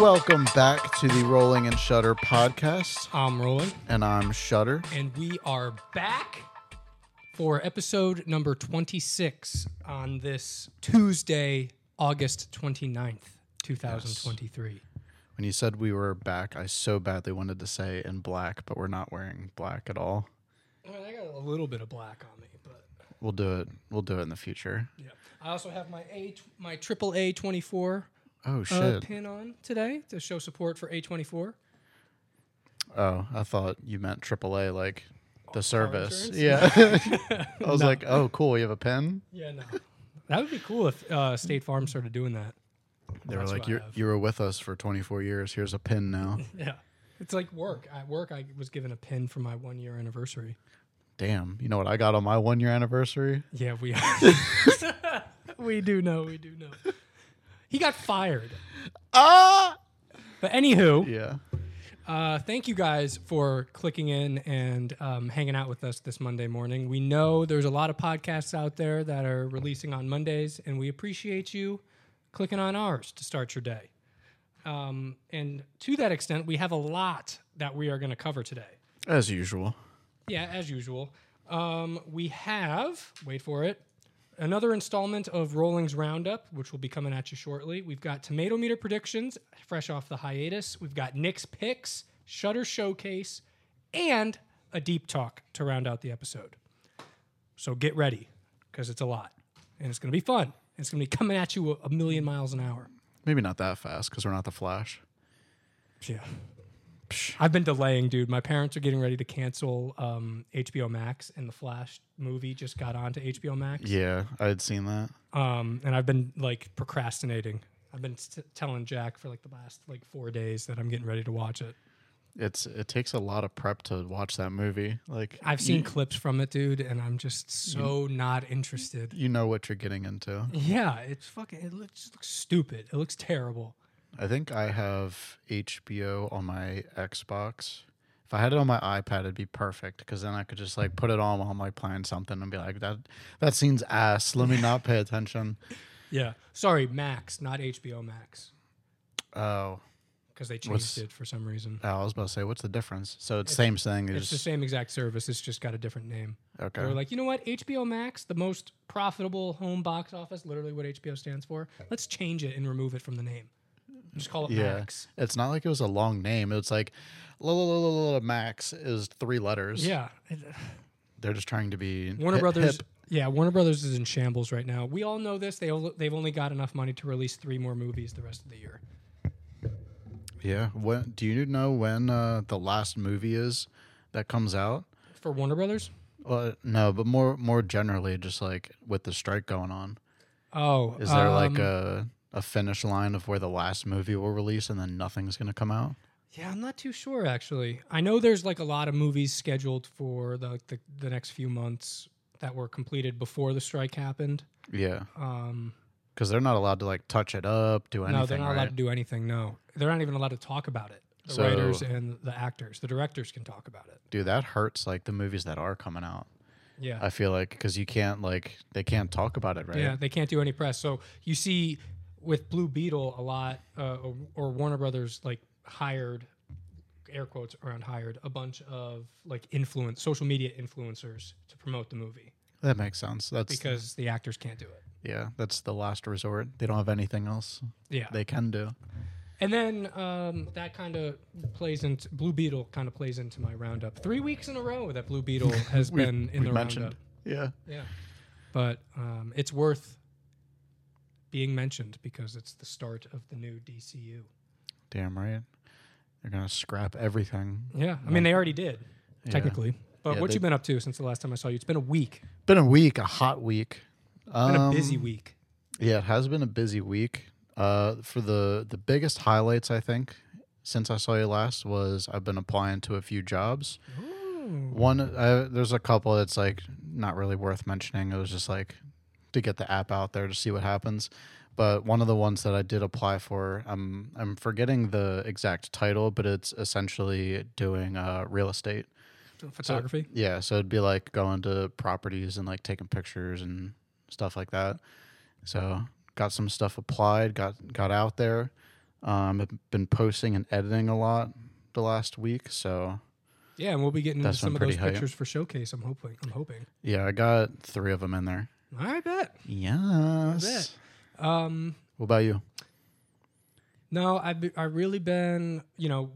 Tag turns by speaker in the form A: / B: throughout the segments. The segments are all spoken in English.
A: Welcome back to the Rolling and Shutter podcast,
B: I'm rolling,
A: and I'm Shutter.
B: and we are back for episode number 26 on this Tuesday, August 29th, 2023.
A: When you said we were back, I so badly wanted to say in black, but we're not wearing black at all.
B: I, mean, I got a little bit of black on me, but
A: We'll do it. We'll do it in the future.
B: yeah. I also have my A my triple A 24
A: Oh
B: uh,
A: shit!
B: pin on today to show support for A24.
A: Oh, I thought you meant AAA, like the service.
B: insurance?
A: Yeah. I was like, oh, cool. You have a pen.
B: Yeah, no. That would be cool if uh, State Farm started doing that.
A: They were
B: That's
A: like,
B: what I
A: you
B: have.
A: you were with us for 24 years. Here's a pin now.
B: Yeah. It's like work. At work, I was given a pin for my one year anniversary.
A: Damn. You know what I got on my one year anniversary?
B: Yeah, we we do know. We do know. He got fired.
A: Ah.
B: But anywho,
A: Yeah.
B: uh, thank you guys for clicking in and um, hanging out with us this Monday morning. We know there's a lot of podcasts out there that are releasing on Mondays, and we appreciate you clicking on ours to start your day. Um, and to that extent, we have a lot that we are going to cover today.
A: As usual.
B: Yeah, as usual. Um, we have, wait for it, another installment of Rolling's Roundup, which will be coming at you shortly. We've got tomato meter predictions, fresh off the hiatus. We've got Nick's picks, Shutter Showcase, and a deep talk to round out the episode. So get ready, because it's a lot. And it's going to be fun. It's going to be coming at you a, a million miles an hour.
A: Maybe not that fast because we're not the Flash.
B: Yeah. I've been delaying, dude. My parents are getting ready to cancel um, HBO Max, and the Flash movie just got onto HBO Max.
A: Yeah, I had seen that.
B: Um, and I've been like procrastinating. I've been st- telling Jack for like the last like four days that I'm getting ready to watch it.
A: It's it takes a lot of prep to watch that movie. Like
B: I've seen clips from it, dude, and I'm just so not interested.
A: you know what you're getting into.
B: Yeah, it's fucking. It looks, looks stupid. It looks terrible.
A: I think I have HBO on my Xbox. If I had it on my iPad, it'd be perfect because then I could just like put it on while I'm like playing something and be like, that that scene's ass. Let me not pay attention.
B: Yeah. Sorry, Max, not HBO Max,
A: Oh,
B: because they changed
A: What's-
B: it for some reason.
A: I was about to say, what's the difference? So it's, same thing.
B: It's
A: It's
B: the same exact service. It's just got a different name.
A: okay.
B: They were like, you know what? HBO Max, the most profitable home box office, literally what HBO stands for. Let's change it and remove it from the name. Just call it
A: Yeah.
B: Max.
A: it's not like it was a long name. It's like la la la la la max is three letters.
B: Yeah. uh,
A: They're just trying to be
B: Warner
A: hip-
B: Brothers.
A: hip.
B: Yeah, Warner Brothers is in shambles right now. We all know this. They ol- they've only got enough money to release three more movies the rest of the year.
A: Yeah. When do you know when uh, the last movie is that comes out?
B: For Warner Brothers?
A: Well, no, but more more generally, just like with the strike going on,
B: Oh.
A: is there
B: um,
A: like a a finish line of where the last movie will release and then nothing's gonna come out?
B: Yeah, I'm not too sure actually. I know there's like a lot of movies scheduled for the the, the next few months that were completed before the strike happened.
A: Yeah,
B: Um
A: because they're not allowed to like touch it up, do anything.
B: no, they're not
A: right?
B: allowed to do anything. No, they're not even allowed to talk about it. The
A: So-
B: writers and the actors, the directors can talk about it.
A: Dude, that hurts. Like the movies that are coming out,
B: Yeah,
A: I feel like because you can't like they can't talk about it, right?
B: yeah, they can't do any press. So you see, with Blue Beetle, a lot uh, or, or Warner Brothers like hired, air quotes around hired, a bunch of like influence social media influencers to promote the movie
A: That makes sense. That's
B: because the actors can't do it.
A: yeah, that's the last resort. They don't have anything else
B: Yeah,
A: they can do.
B: And then um, that kind of plays into Blue Beetle kind of plays into my roundup. Three weeks in a row that Blue Beetle has
A: We've-
B: been in
A: we've
B: the
A: mentioned.
B: roundup.
A: Yeah.
B: Yeah, but um, it's worth being mentioned because it's the start of the new DCU.
A: Damn right. They're gonna scrap everything.
B: Yeah, I mean they already did
A: Yeah.
B: technically. But
A: Yeah,
B: what
A: they-
B: you been up to since the last time I saw you? It's been a week.
A: Been a week, a hot week.
B: Been a
A: Um,
B: busy week.
A: Yeah, it has been a busy week. Uh, for the the biggest highlights, I think, since I saw you last was I've been applying to a few jobs. One, uh, there's a couple that's like not really worth mentioning. It was just like to get the app out there to see what happens. But one of the ones that I did apply for, I'm I'm forgetting the exact title, but it's essentially doing uh, real estate.
B: Photography.
A: Yeah, so it'd be like going to properties and like taking pictures and stuff like that. So got some stuff applied, got got out there. Um, I've been posting and editing a lot the last week, so
B: Yeah, and we'll be getting into
A: That's been
B: some of those
A: pretty hype.
B: pictures for showcase. I'm hoping. I'm hoping.
A: yeah, I got three of them in there.
B: I bet.
A: Yes.
B: Um,
A: What about you?
B: no, I've be- I really been. You know,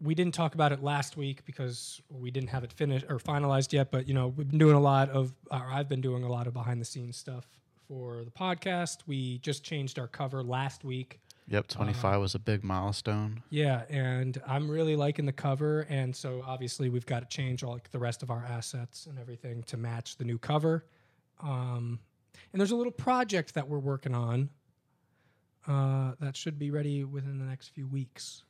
B: we didn't talk about it last week because we didn't have it finished or finalized yet. But you know, we've been doing a lot of, or I've been doing a lot of behind the scenes stuff for the podcast. We just changed our cover last week.
A: Yep, 25 was a big milestone.
B: Yeah, and I'm really liking the cover, and so obviously we've got to change all like the rest of our assets and everything to match the new cover. Um, and there's a little project that we're working on uh, that should be ready within the next few weeks.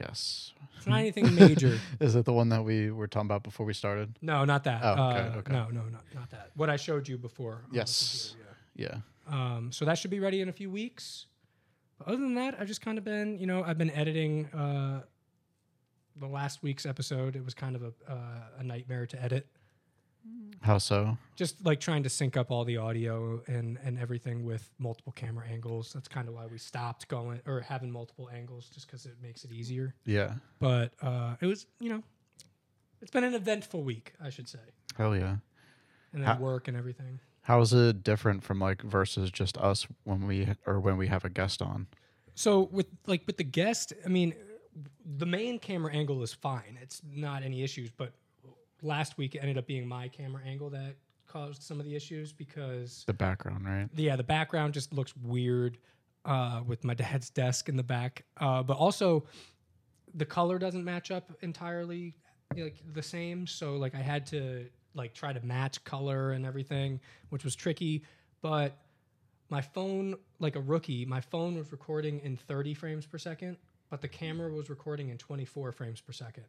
A: Yes.
B: It's not anything major.
A: Is it the one that we were talking about before we started?
B: No, not that.
A: Oh, okay,
B: uh,
A: okay.
B: No, no, not, not that. What I showed you before. on the
A: Yes.
B: computer, yeah.
A: Yeah.
B: Um, so that should be ready in a few weeks. But other than that, I've just kind of been, you know, I've been editing uh, the last week's episode. It was kind of a, uh, a nightmare to edit.
A: How so?
B: Just like trying to sync up all the audio and, and everything with multiple camera angles. That's kind of why we stopped going or having multiple angles just because it makes it easier.
A: Yeah.
B: But uh, it was, you know, it's been an eventful week, I should say.
A: Hell yeah.
B: And then
A: How-
B: work and everything.
A: How is it different from like versus just us when we or when we have a guest on?
B: So with like with the guest, I mean, the main camera angle is fine. It's not any issues. But last week it ended up being my camera angle that caused some of the issues because
A: The background, right?
B: yeah, the background just looks weird uh, with my dad's desk in the back. Uh, but also, the color doesn't match up entirely like the same. So like I had to like try to match color and everything, which was tricky. But my phone, like a rookie, my phone was recording in 30 frames per second, but the camera was recording in 24 frames per second.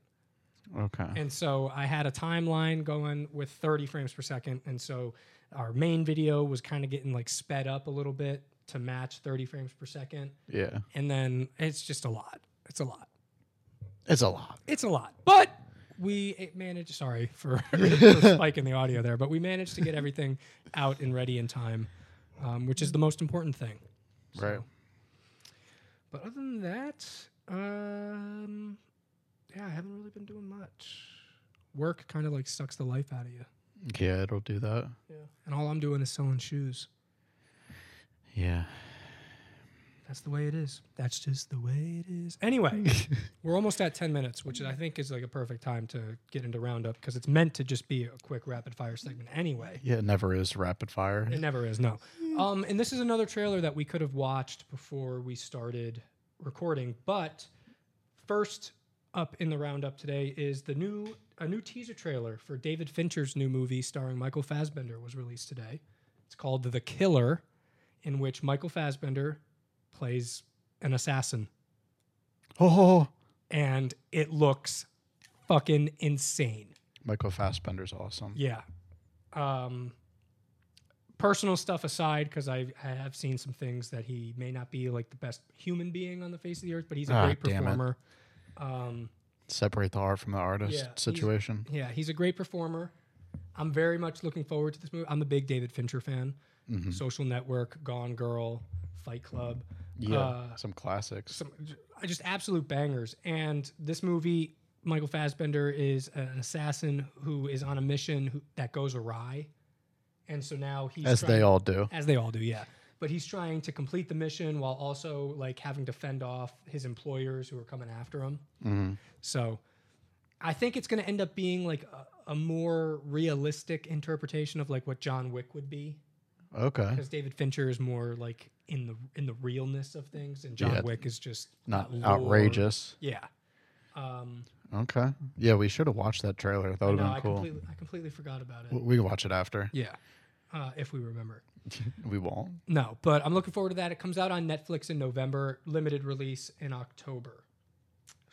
A: Okay.
B: And so I had a timeline going with 30 frames per second. And so our main video was kind of getting like sped up a little bit to match 30 frames per second.
A: Yeah.
B: And then it's just a lot. It's a lot.
A: It's a lot.
B: It's a lot. But we it managed, sorry for, for spiking the audio there, but we managed to get everything out and ready in time, um, which is the most important thing.
A: Right.
B: But other than that, um, yeah, I haven't really been doing much. Work kind of like sucks the life out of you.
A: Yeah, it'll do that.
B: Yeah. And all I'm doing is selling shoes.
A: Yeah.
B: That's the way it is. That's just the way it is. Anyway, we're almost at 10 minutes, which I think is like a perfect time to get into roundup because it's meant to just be a quick rapid fire segment anyway.
A: Yeah, it never is rapid fire.
B: It never is, no. Um, and this is another trailer that we could have watched before we started recording. But first up in the roundup today is the new a new teaser trailer for David Fincher's new movie starring Michael Fassbender was released today. It's called The Killer, in which Michael Fassbender plays an assassin,
A: Oh,
B: and it looks fucking insane.
A: Michael Fassbender's awesome.
B: Yeah. Um, personal stuff aside, because I, I have seen some things that he may not be like the best human being on the face of the earth, but he's a
A: Ah,
B: great
A: damn it.
B: performer. Um,
A: Separate the art from the artist
B: Yeah, he's-
A: situation.
B: yeah, he's a great performer. I'm very much looking forward to this movie. I'm a big David Fincher fan.
A: Mhm.
B: Social Network, Gone Girl, Fight Club.
A: Yeah,
B: Uh,
A: some classics.
B: some j- just absolute bangers. And this movie, Michael Fassbender is an assassin who is on a mission who, that goes awry, and so now he's
A: as
B: trying-
A: they all do.
B: as they all do, yeah. But he's trying to complete the mission while also like having to fend off his employers who are coming after him.
A: hmm
B: So I think it's going to end up being like a, a more realistic interpretation of like what John Wick would be
A: Okay.
B: because David Fincher is more like in the in the realness of things and John
A: Yeah.
B: Wick is just
A: Not
B: that lore.
A: outrageous.
B: Yeah. Um,
A: Okay. Yeah, we should have watched that trailer. That would
B: no,
A: have
B: I
A: been cool.
B: completely I completely forgot about it.
A: W- we can watch it after.
B: Yeah. Uh, if we remember.
A: We won't.
B: No, but I'm looking forward to that. It comes out on Netflix in November, limited release in October,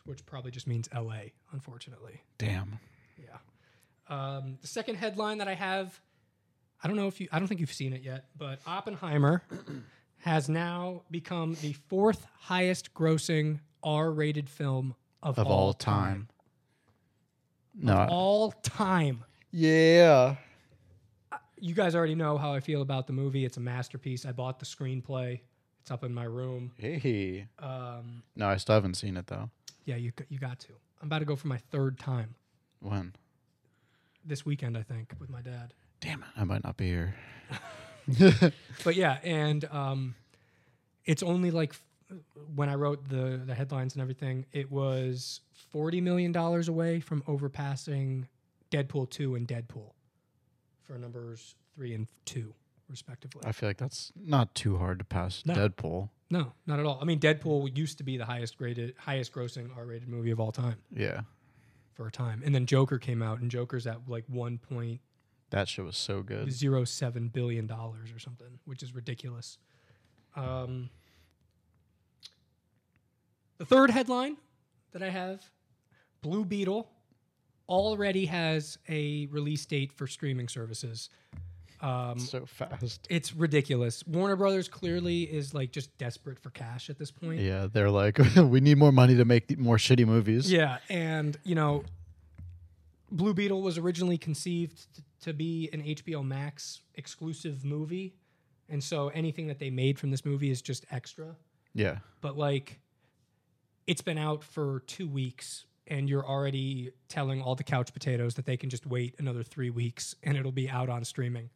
B: which probably just means LA, unfortunately.
A: Damn.
B: Yeah. Um, the second headline that I have, I don't know if you, I don't think you've seen it yet, but Oppenheimer has now become the fourth highest grossing R rated film of,
A: Of all, time. No. I-
B: All time.
A: yeah.
B: you guys already know how I feel about the movie. It's a masterpiece. I bought the screenplay. It's up in my room.
A: Hey.
B: Um,
A: No, I still haven't seen it though.
B: yeah, you g- you got to. I'm about to go for my third time
A: When?
B: this weekend, I think, with my dad.
A: Damn it, I might not be here.
B: But yeah, and um, it's only like f- when I wrote the the headlines and everything, it was forty million dollars away from overpassing Deadpool two and Deadpool for numbers three and two, respectively.
A: I feel like that's not too hard to pass
B: No.
A: Deadpool.
B: No, not at all. I mean, Deadpool used to be the highest graded, highest grossing R rated movie of all time
A: Yeah.
B: for a time, and then Joker came out, and Joker's at like one point
A: That shit was so good.
B: zero seven billion dollars or something, which is ridiculous. Um, the third headline that I have: Blue Beetle already has a release date for streaming services. Um,
A: So fast.
B: it's ridiculous. Warner Brothers clearly is like just desperate for cash at this point.
A: Yeah, they're like, we need more money to make th- more shitty movies.
B: Yeah, and you know, Blue Beetle was originally conceived t- to be an HBO Max exclusive movie, and so anything that they made from this movie is just extra.
A: Yeah.
B: But like, it's been out for two weeks, and you're already telling all the couch potatoes that they can just wait another three weeks, and it'll be out on streaming.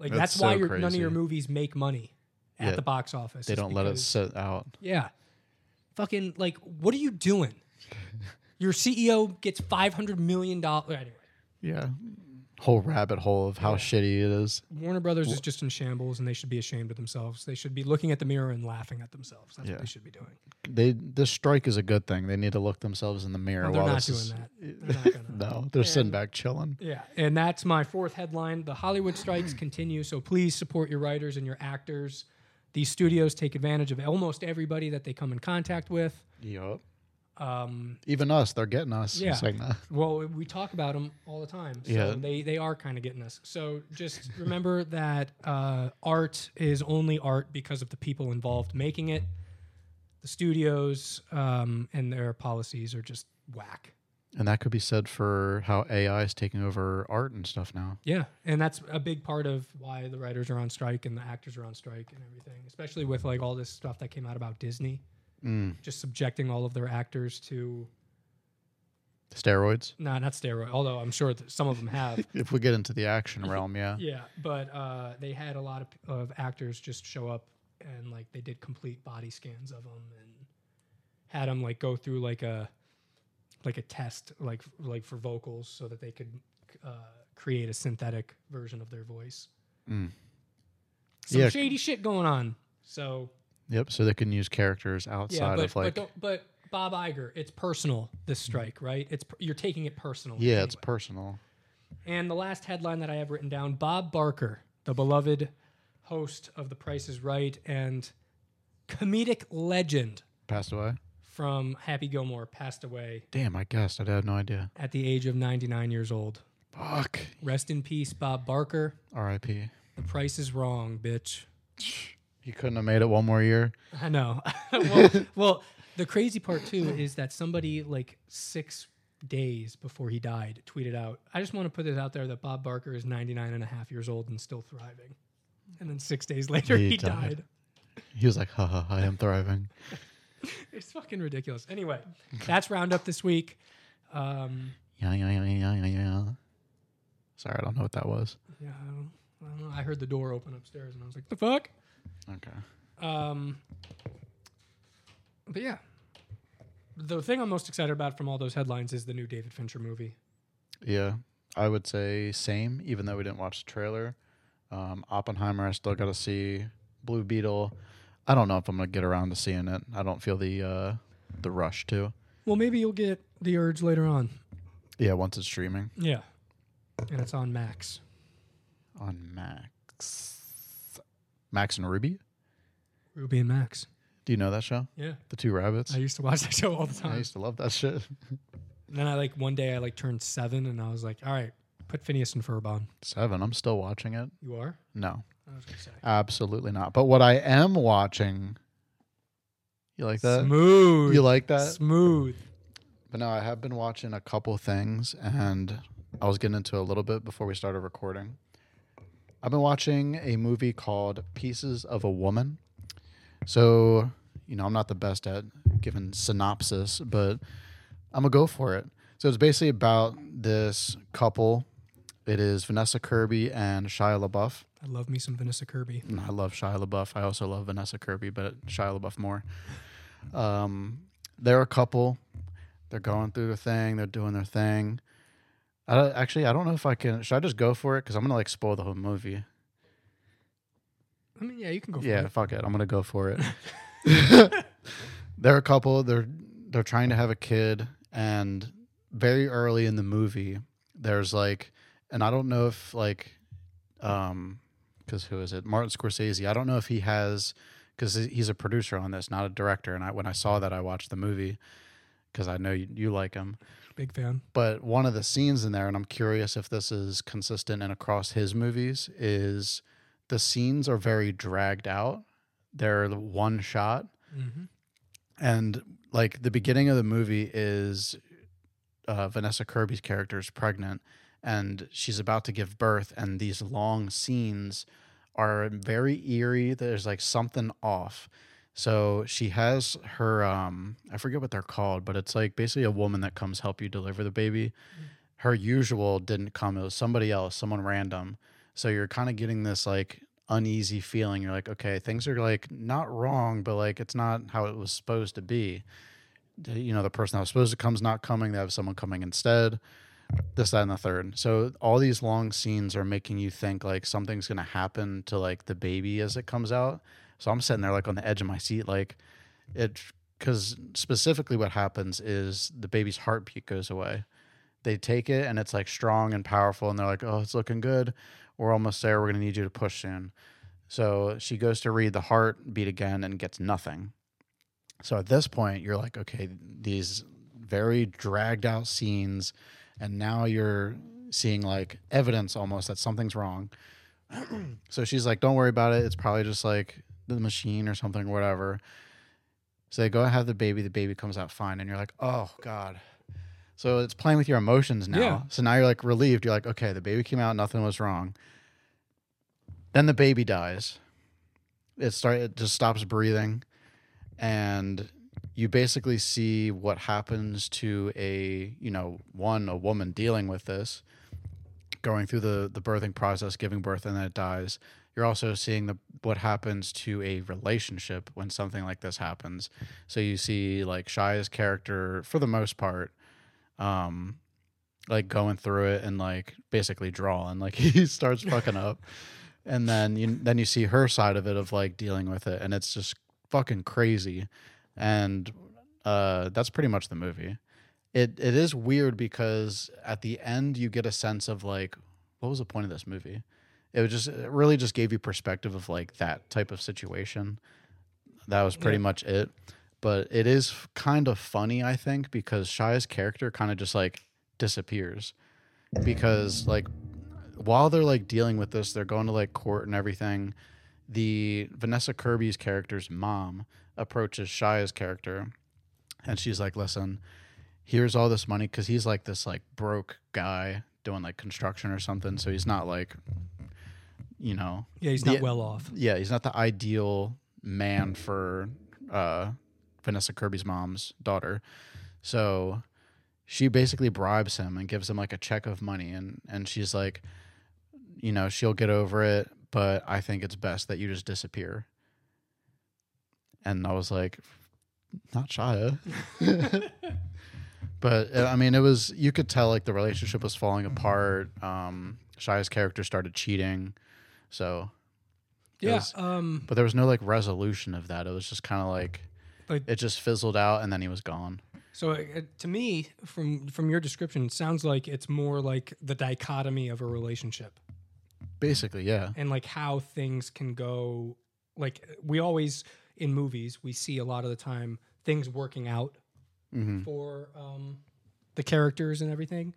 B: Like that's,
A: That's
B: why
A: so
B: your, none of
A: crazy.
B: your movies make money at
A: Yeah,
B: the box office.
A: They
B: It's
A: don't let it
B: because-
A: sit out.
B: yeah. Fucking like, what are you doing? Your CEO gets five hundred million dollars. Anyway,
A: Yeah. Whole rabbit hole of how shitty it is.
B: Warner Brothers is just in shambles, and they should be ashamed of themselves. They should be looking at the mirror and laughing at themselves. That's what
A: Yeah.
B: they should be doing.
A: They this strike is a good thing. They need to look themselves in the mirror
B: Well, they're
A: while
B: not
A: this
B: doing
A: is
B: that. They're not gonna.
A: no, they're sitting
B: And-
A: back chilling.
B: Yeah, and that's my fourth headline. The Hollywood strikes continue, so please support your writers and your actors. These studios take advantage of almost everybody that they come in contact with.
A: Yup.
B: Um,
A: Even us, they're getting us.
B: Yeah.
A: It's like, nah.
B: Well, we talk about them all the time. So
A: Yeah.
B: they, they are kind of getting us. So just remember that uh, art is only art because of the people involved making it. The studios um, and their policies are just whack.
A: And that could be said for how AI is taking over art and stuff now.
B: Yeah. And that's a big part of why the writers are on strike and the actors are on strike and everything, especially with like all this stuff that came out about Disney,
A: Mm.
B: just subjecting all of their actors to,
A: Steroids.
B: nah, not steroid, although I'm sure that some of them have,
A: If we get into the action realm, yeah.
B: Yeah, but uh, they had a lot of, of actors just show up and like they did complete body scans of them and had them like go through like a like a test like like for vocals so that they could uh, create a synthetic version of their voice.
A: Mm.
B: Some
A: Yeah.
B: shady shit going on. So
A: Yep. So they can use characters outside
B: yeah, but
A: of like.
B: but, don't, but Bob Iger, it's personal this strike, right? It's per- you're taking it personally.
A: yeah, it's
B: anyway.
A: personal.
B: And the last headline that I have written down Bob Barker, the beloved host of The Price is Right and comedic legend
A: Passed away.
B: from Happy Gilmore, passed away
A: Damn, I guessed. I had no idea.
B: at the age of 99 years old.
A: Fuck.
B: Rest in peace, Bob Barker.
A: R.I.P.
B: The price is wrong, bitch.
A: He couldn't have made it one more year.
B: I know. well, well, the crazy part too is that somebody like six days before he died tweeted out, I just want to put this out there that Bob Barker is 99 and a half years old and still thriving. And then six days later, he,
A: He
B: died.
A: died. He was like, haha, I am thriving.
B: It's fucking ridiculous. Anyway, that's Roundup this week. Um,
A: Yeah, yeah, yeah, yeah, yeah, yeah. Sorry, I don't know what that was.
B: yeah, I don't, I don't know. I heard the door open upstairs and I was like, the fuck?
A: Okay.
B: Um, but yeah. The thing I'm most excited about from all those headlines is the new David Fincher movie.
A: Yeah, I would say same. Even though we didn't watch the trailer, um, Oppenheimer, I still got to see Blue Beetle. I don't know if I'm gonna get around to seeing it. I don't feel the uh, the rush to.
B: Well, maybe you'll get the urge later on.
A: Yeah, once it's streaming
B: Yeah. And it's on Max.
A: on Max, Max and Ruby.
B: Ruby and Max.
A: Do you know that show?
B: Yeah.
A: The Two Rabbits.
B: I used to watch that show all the
A: I
B: time.
A: used to love that shit.
B: And then I like one day I like turned seven and I was like, all right, put Phineas and Ferb on.
A: Seven. I'm still watching it.
B: You are?
A: No,
B: I was gonna say.
A: absolutely not. But what I am watching. You like that?
B: Smooth.
A: You like that?
B: Smooth.
A: But no, I have been watching a couple things, and I was getting into a little bit before we started recording. I've been watching a movie called Pieces of a Woman. So, you know, I'm not the best at giving synopsis, but I'm gonna go for it. So it's basically about this couple. It is Vanessa Kirby and Shia LaBeouf.
B: I love me some Vanessa Kirby.
A: And I love Shia LaBeouf. I also love Vanessa Kirby, but Shia LaBeouf more. Um, they're a couple. They're going through their thing. They're doing their thing. I don't, actually, I don't know if I can. Should I just go for it? Because I'm gonna like spoil the whole movie.
B: I mean, yeah, you can go.
A: yeah,
B: For it.
A: fuck it. I'm gonna go for it. they're a couple. They're they're trying to have a kid, and very early in the movie, there's like, and I don't know if like, um, because who is it? Martin Scorsese. I don't know if he has, because he's a producer on this, not a director. And I when I saw that, I watched the movie because I know you, you like him
B: Big fan.
A: but one of the scenes in there, and I'm curious if this is consistent and across his movies, is the scenes are very dragged out. They're the one shot,
B: hmm
A: and like the beginning of the movie is uh, Vanessa Kirby's character is pregnant, and she's about to give birth, and these long scenes are very eerie. There's like something off. So she has her um I forget what they're called, but it's like basically a woman that comes help you deliver the baby. Her usual didn't come. It was somebody else, someone random. So you're kind of getting this like uneasy feeling. You're like, okay, things are like not wrong, but like it's not how it was supposed to be. The- You know, the person that was supposed to come's not coming. They have someone coming instead. This, that, and the third. So all these long scenes are making you think like something's gonna happen to like the baby as it comes out. So I'm sitting there like on the edge of my seat, like it because specifically what happens is the baby's heartbeat goes away. They take it and it's like strong and powerful, and they're like, "Oh, it's looking good. We're almost there. We're gonna need you to push soon." So she goes to read the heartbeat again and gets nothing. So at this point, you're like, "Okay, these very dragged out scenes, and now you're seeing like evidence almost that something's wrong." so she's like, "Don't worry about it. It's probably just like the machine or something, whatever." So they go and have the baby. The baby comes out fine, and you're like, oh god. So it's playing with your emotions now.
B: Yeah.
A: So now you're like relieved. You're like, okay, the baby came out, nothing was wrong. Then the baby dies. It start it just stops breathing, and you basically see what happens to a you know one a woman dealing with this, going through the the birthing process, giving birth, and then it dies. You're also seeing the what happens to a relationship when something like this happens. So you see like Shia's character for the most part, um, like going through it and like basically drawing. Like he starts fucking up, and then you then you see her side of it of like dealing with it, and it's just fucking crazy. And uh, that's pretty much the movie. It it is weird because at the end you get a sense of like what was the point of this movie? It was just it really just gave you perspective of like that type of situation. That was pretty
B: Yeah.
A: much it. But it is f- kind of funny, I think, because Shia's character kind of just like disappears. Because like while they're like dealing with this, they're going to like court and everything. The Vanessa Kirby's character's mom approaches Shia's character and she's like, Listen, here's all this money because he's like this like broke guy doing like construction or something. So he's not like, you know,
B: Yeah, he's not
A: The-
B: well off.
A: yeah, he's not the ideal man for uh, Vanessa Kirby's mom's daughter. So she basically bribes him and gives him like a check of money, and and she's like, you know, she'll get over it, but I think it's best that you just disappear. And I was like, not Shia. but uh, I mean, it was you could tell like the relationship was falling apart. Um, Shia's character started cheating, so
B: Yeah.
A: was-
B: um,
A: but there was no like resolution of that. It was just kind of like
B: Like-
A: it just fizzled out and then he was gone.
B: So uh, uh, to me, from from your description, it sounds like it's more like the dichotomy of a relationship
A: Basically, yeah.
B: and like how things can go. Like we always in movies, we see a lot of the time things working out
A: hmm
B: for um, the characters and everything.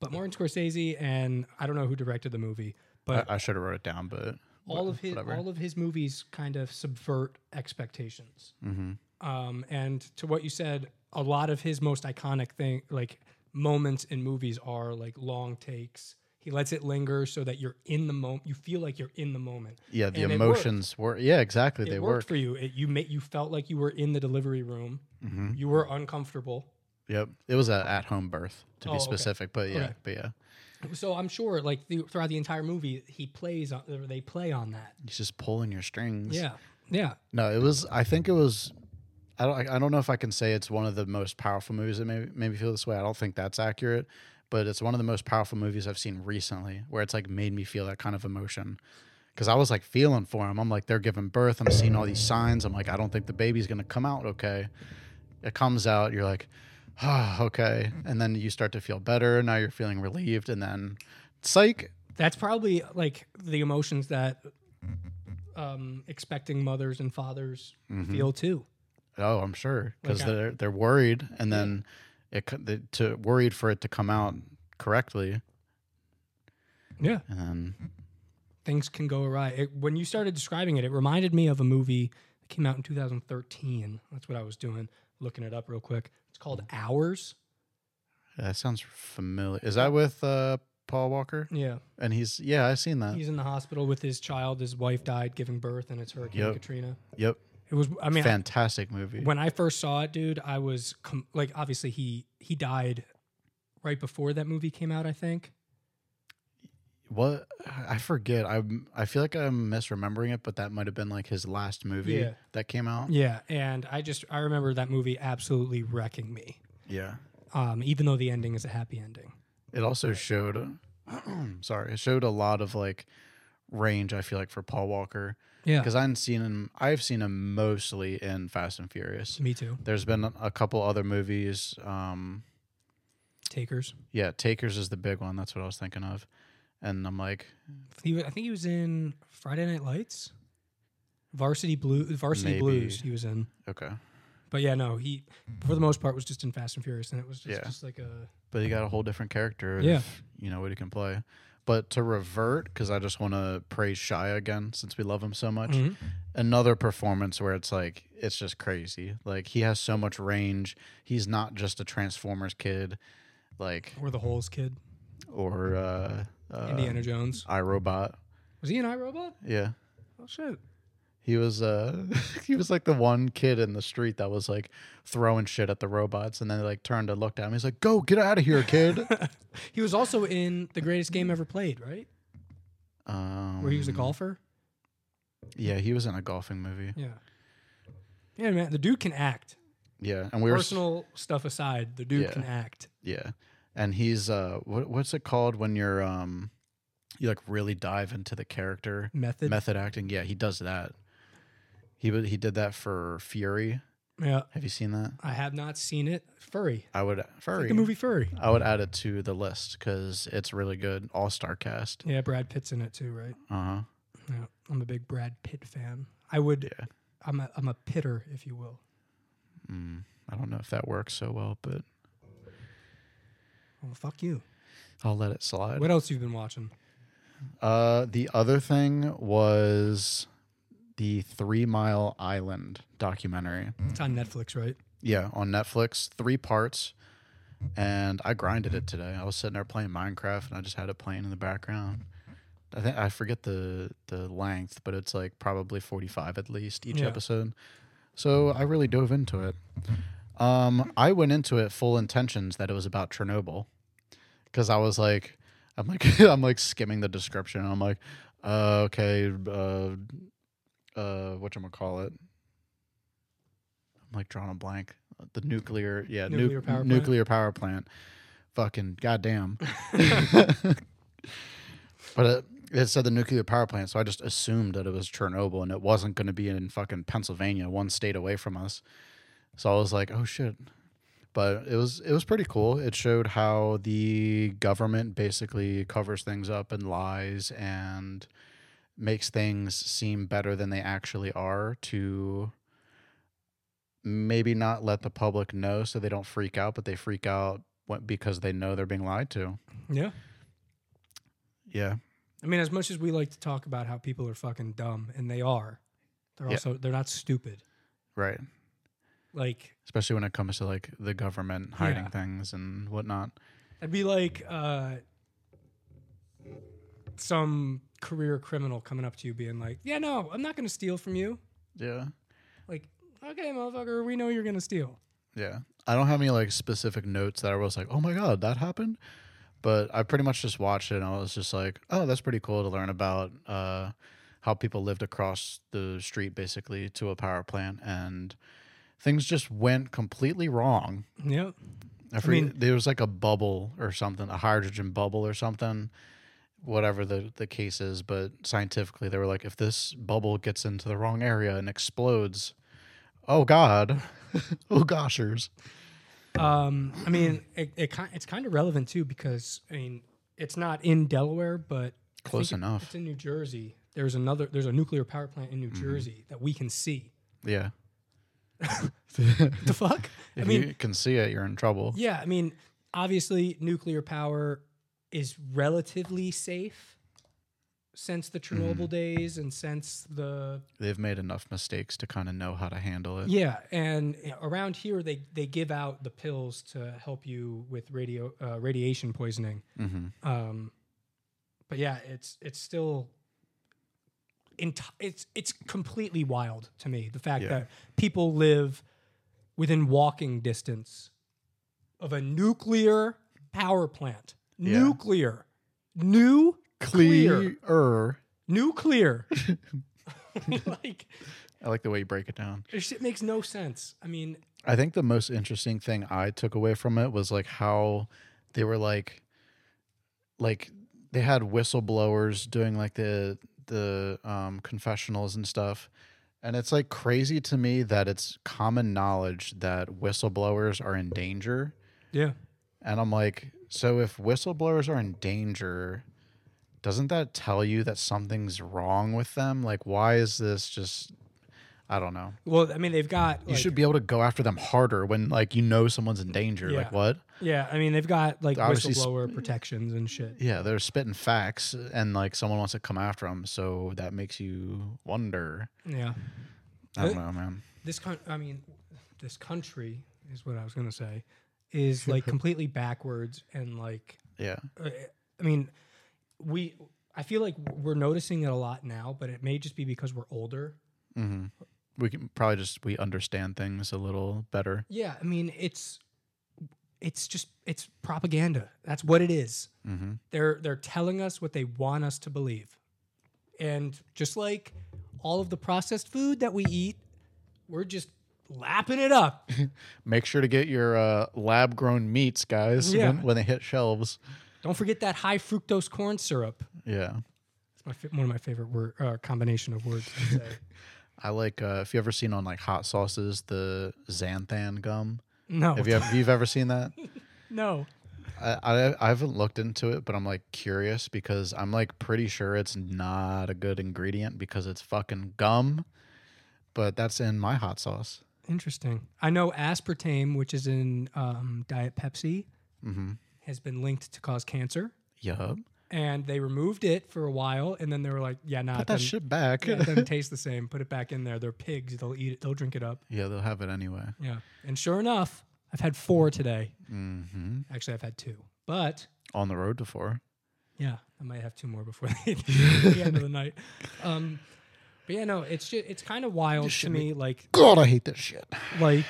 B: But Martin Scorsese and I don't know who directed the movie,
A: I,
B: but
A: I should have wrote it down, but
B: all of his
A: whatever.
B: all of his movies kind of subvert expectations.
A: hmm
B: um, and to what you said, a lot of his most iconic thing, like moments in movies, are like long takes. He lets it linger so that you're in the moment. You feel like you're in the moment.
A: Yeah, the
B: And it worked.
A: emotions were yeah, exactly. they
B: it
A: work.
B: worked for you. It, you made you felt like you were in the delivery room.
A: Mhm.
B: You were uncomfortable.
A: Yep. It was a at home birth to
B: Oh,
A: be
B: okay.
A: specific, but yeah,
B: Okay.
A: but yeah.
B: So I'm sure, like th- throughout the entire movie, he plays on. Or they play on that.
A: He's just pulling your strings.
B: Yeah, yeah.
A: No, it was. I think it was. I don't. I don't know if I can say it's one of the most powerful movies that made, made me feel this way. I don't think that's accurate, but it's one of the most powerful movies I've seen recently, where it's like made me feel that kind of emotion. Because I was like feeling for him. I'm like, they're giving birth. I'm seeing all these signs. I'm like, I don't think the baby's gonna come out okay. It comes out. You're like, ah, okay. And then you start to feel better. Now you're feeling relieved. And then, psych.
B: That's probably like the emotions that um, expecting mothers and fathers feel too.
A: Oh, I'm sure because
B: Like I-
A: they're they're worried, and then it co- the, to worried for it to come out correctly,
B: Yeah,
A: and then
B: things can go awry. It, when you started describing it, it reminded me of a movie that came out in 2013. That's what I was doing, looking it up real quick. It's called Hours. Mm-hmm.
A: that sounds familiar. Is that with uh, Paul Walker?
B: Yeah,
A: And he's yeah, I've seen that.
B: he's in the hospital with his child. His wife died giving birth, and it's Hurricane
A: Yep.
B: Katrina.
A: yep,
B: It was. I mean, I-
A: fantastic movie.
B: when I first saw it, dude, I was com- like, obviously he he died right before that movie came out. I think.
A: what I forget. I I feel like I'm misremembering it, but that might have been like his last movie
B: Yeah.
A: that came out.
B: Yeah, and I just I remember that movie absolutely wrecking me.
A: Yeah.
B: Um, even though the ending is a happy ending.
A: It also showed. sorry, it showed a lot of like range. I feel like for Paul Walker.
B: Yeah,
A: because I've seen him. I've seen him mostly in Fast and Furious.
B: me too.
A: There's been a couple other movies. Um,
B: Takers.
A: yeah, Takers is the big one. That's what I was thinking of. And I'm like,
B: He was, I think he was in Friday Night Lights, Varsity Blue, Varsity
A: Maybe.
B: Blues. He was in,
A: okay,
B: but yeah, no, he for the most part was just in Fast and Furious, and it was just,
A: Yeah.
B: just like a
A: but he got a whole different character.
B: Yeah.
A: if you know what he can play. But to revert, because I just want to praise Shia again, since we love him so much.
B: Mhm.
A: Another performance where it's like it's just crazy. Like he has so much range. He's not just a Transformers kid, like
B: or the Holes Kid,
A: or uh, uh,
B: Indiana Jones.
A: iRobot.
B: Was he an iRobot?
A: Yeah.
B: Oh shit.
A: He was uh he was like the one kid in the street that was like throwing shit at the robots and then they like turned and looked at him. He's like, Go get out of here, kid.
B: He was also in the greatest game ever played, right?
A: um,
B: Where he was
A: Mm.
B: a golfer.
A: Yeah, he was in a golfing movie.
B: Yeah. Yeah, man. The dude can act.
A: Yeah. And we were s-
B: Personal stuff aside, the dude
A: Yeah.
B: can act.
A: Yeah. And he's uh what, what's it called when you're um you like really dive into the character
B: Method.
A: method acting? Yeah, he does that. He wa- he did that for Fury.
B: yeah.
A: Have you seen that?
B: I have not seen it. Furry.
A: I would Fury.
B: The movie Furry.
A: I would add it to the list because it's really good. All star cast.
B: Yeah, Brad Pitt's in it too, right?
A: Uh huh.
B: Yeah. I'm a big Brad Pitt fan. I would
A: Yeah.
B: I'm a I'm a pitter, if you will.
A: Mm, I don't know if that works so well, but
B: Well, fuck you.
A: I'll let it slide.
B: What else you've been watching?
A: Uh, the other thing was the Three Mile Island documentary.
B: It's on Netflix, right?
A: Yeah, on Netflix, three parts. And I grinded it today. I was sitting there playing Minecraft, and I just had it playing in the background. I think I forget the the length, but it's like probably forty five at least each
B: Yeah.
A: episode. So I really dove into it. Um, I went into it full intentions that it was about Chernobyl, because I was like, I'm like, I'm like skimming the description. And I'm like, uh, okay, uh, uh, what gonna call it? I'm like drawing a blank. The nuclear, yeah, nu-
B: Nuclear power plant?
A: nuclear power plant. Fucking goddamn. But it, it said the nuclear power plant, so I just assumed that it was Chernobyl and it wasn't going to be in fucking Pennsylvania, one state away from us. So I was like, oh shit. But it was it was pretty cool. It showed how the government basically covers things up and lies and makes things seem better than they actually are to maybe not let the public know so they don't freak out, but they freak out what- because they know they're being lied to.
B: Yeah.
A: Yeah.
B: I mean, as much as we like to talk about how people are fucking dumb, and they are, they're
A: Yeah.
B: also they're not stupid.
A: Right.
B: Like
A: especially when it comes to like the government hiding
B: Yeah.
A: things and whatnot.
B: I'd be like, uh, some career criminal coming up to you being like, "Yeah, no, I'm not going to steal from you."
A: Yeah.
B: Like, "Okay, motherfucker, we know you're going to steal."
A: Yeah. I don't have any like specific notes that I was like, oh my God, that happened. But I pretty much just watched it and I was just like, oh, that's pretty cool to learn about uh, how people lived across the street basically to a power plant. And things just went completely wrong.
B: Yep.
A: I, forget,
B: mean-
A: there was like a bubble or something, a hydrogen bubble or something, whatever the, the case is. But scientifically, they were like, if this bubble gets into the wrong area and explodes, oh God, oh goshers.
B: Um, I mean, it, it ki- it's kind of relevant too because I mean, it's not in Delaware, but I
A: Close
B: think it-
A: enough. Mm-hmm.
B: It's in New Jersey. There's another. There's a nuclear power plant in New Jersey that we can see.
A: Yeah.
B: What the fuck? I
A: If
B: mean,
A: you can see it, you're in trouble.
B: yeah. I mean, obviously, nuclear power is relatively safe since the Chernobyl days and since the
A: They've made enough mistakes to kind of know how to handle it.
B: Yeah, and you know, around here they they give out the pills to help you with radio uh, radiation poisoning. Um, but yeah, it's it's still. Enti- it's it's completely wild to me the fact
A: Yeah.
B: that people live within walking distance of a nuclear power plant.
A: Yeah.
B: Nuclear, new clear,
A: Clear.
B: nuclear. like
A: I like the way you break it down.
B: this shit makes no sense. I mean,
A: I think the most interesting thing I took away from it was like how they were like like they had whistleblowers doing like the the um confessionals and stuff. And it's like crazy to me that it's common knowledge that whistleblowers are in danger.
B: yeah.
A: And I'm like, so if whistleblowers are in danger, doesn't that tell you that something's wrong with them? Like, why is this just, I don't know.
B: Well, I mean, they've got.
A: you should be able to go after them harder when, like, you know someone's in danger.
B: Yeah.
A: Like, what?
B: Yeah, I mean, they've got like
A: Obviously sp-
B: whistleblower protections and shit.
A: Yeah, they're spitting facts and, like, someone wants to come after them. So that makes you wonder.
B: Yeah,
A: I don't know, man.
B: this con- I mean, this country is what I was gonna say is like completely backwards and like
A: Yeah.
B: uh, I mean, we I feel like we're noticing it a lot now, but it may just be because we're older.
A: hmm We can probably just, we understand things a little better.
B: Yeah, I mean, it's it's just it's propaganda. That's what it is.
A: hmm
B: They're they're telling us what they want us to believe. And just like all of the processed food that we eat, we're just lapping it up.
A: Make sure to get your uh, lab grown meats, guys,
B: Yeah.
A: when, when they hit shelves.
B: Don't forget that high fructose corn syrup.
A: Yeah.
B: It's my fa- one of my favorite word uh, combination of words. I'd say.
A: I like uh, if you ever seen on like hot sauces the xanthan gum.
B: no,
A: Have you have you've ever seen that?
B: no.
A: I, I I haven't looked into it, but I'm like curious because I'm like pretty sure it's not a good ingredient because it's fucking gum. But that's in my hot sauce.
B: Interesting. I know aspartame, which is in um, Diet Pepsi,
A: Mhm.
B: has been linked to cause cancer.
A: Yup.
B: And they removed it for a while, and then they were like, "Yeah, nah,
A: Put
B: it
A: that
B: doesn't-
A: shit back.
B: yeah,
A: Yeah.
B: it doesn't taste the same. Put it back in there. They're pigs. They'll eat it. They'll drink it up.
A: they'll have it anyway.
B: Yeah. And sure enough, I've had four today.
A: hmm
B: Actually, I've had two, but
A: On the road before.
B: yeah, I might have two more before the, the end of the night. Um, but yeah, no, it's just, it's kind of wild to
A: should
B: me. Like,
A: God, I hate this shit.
B: like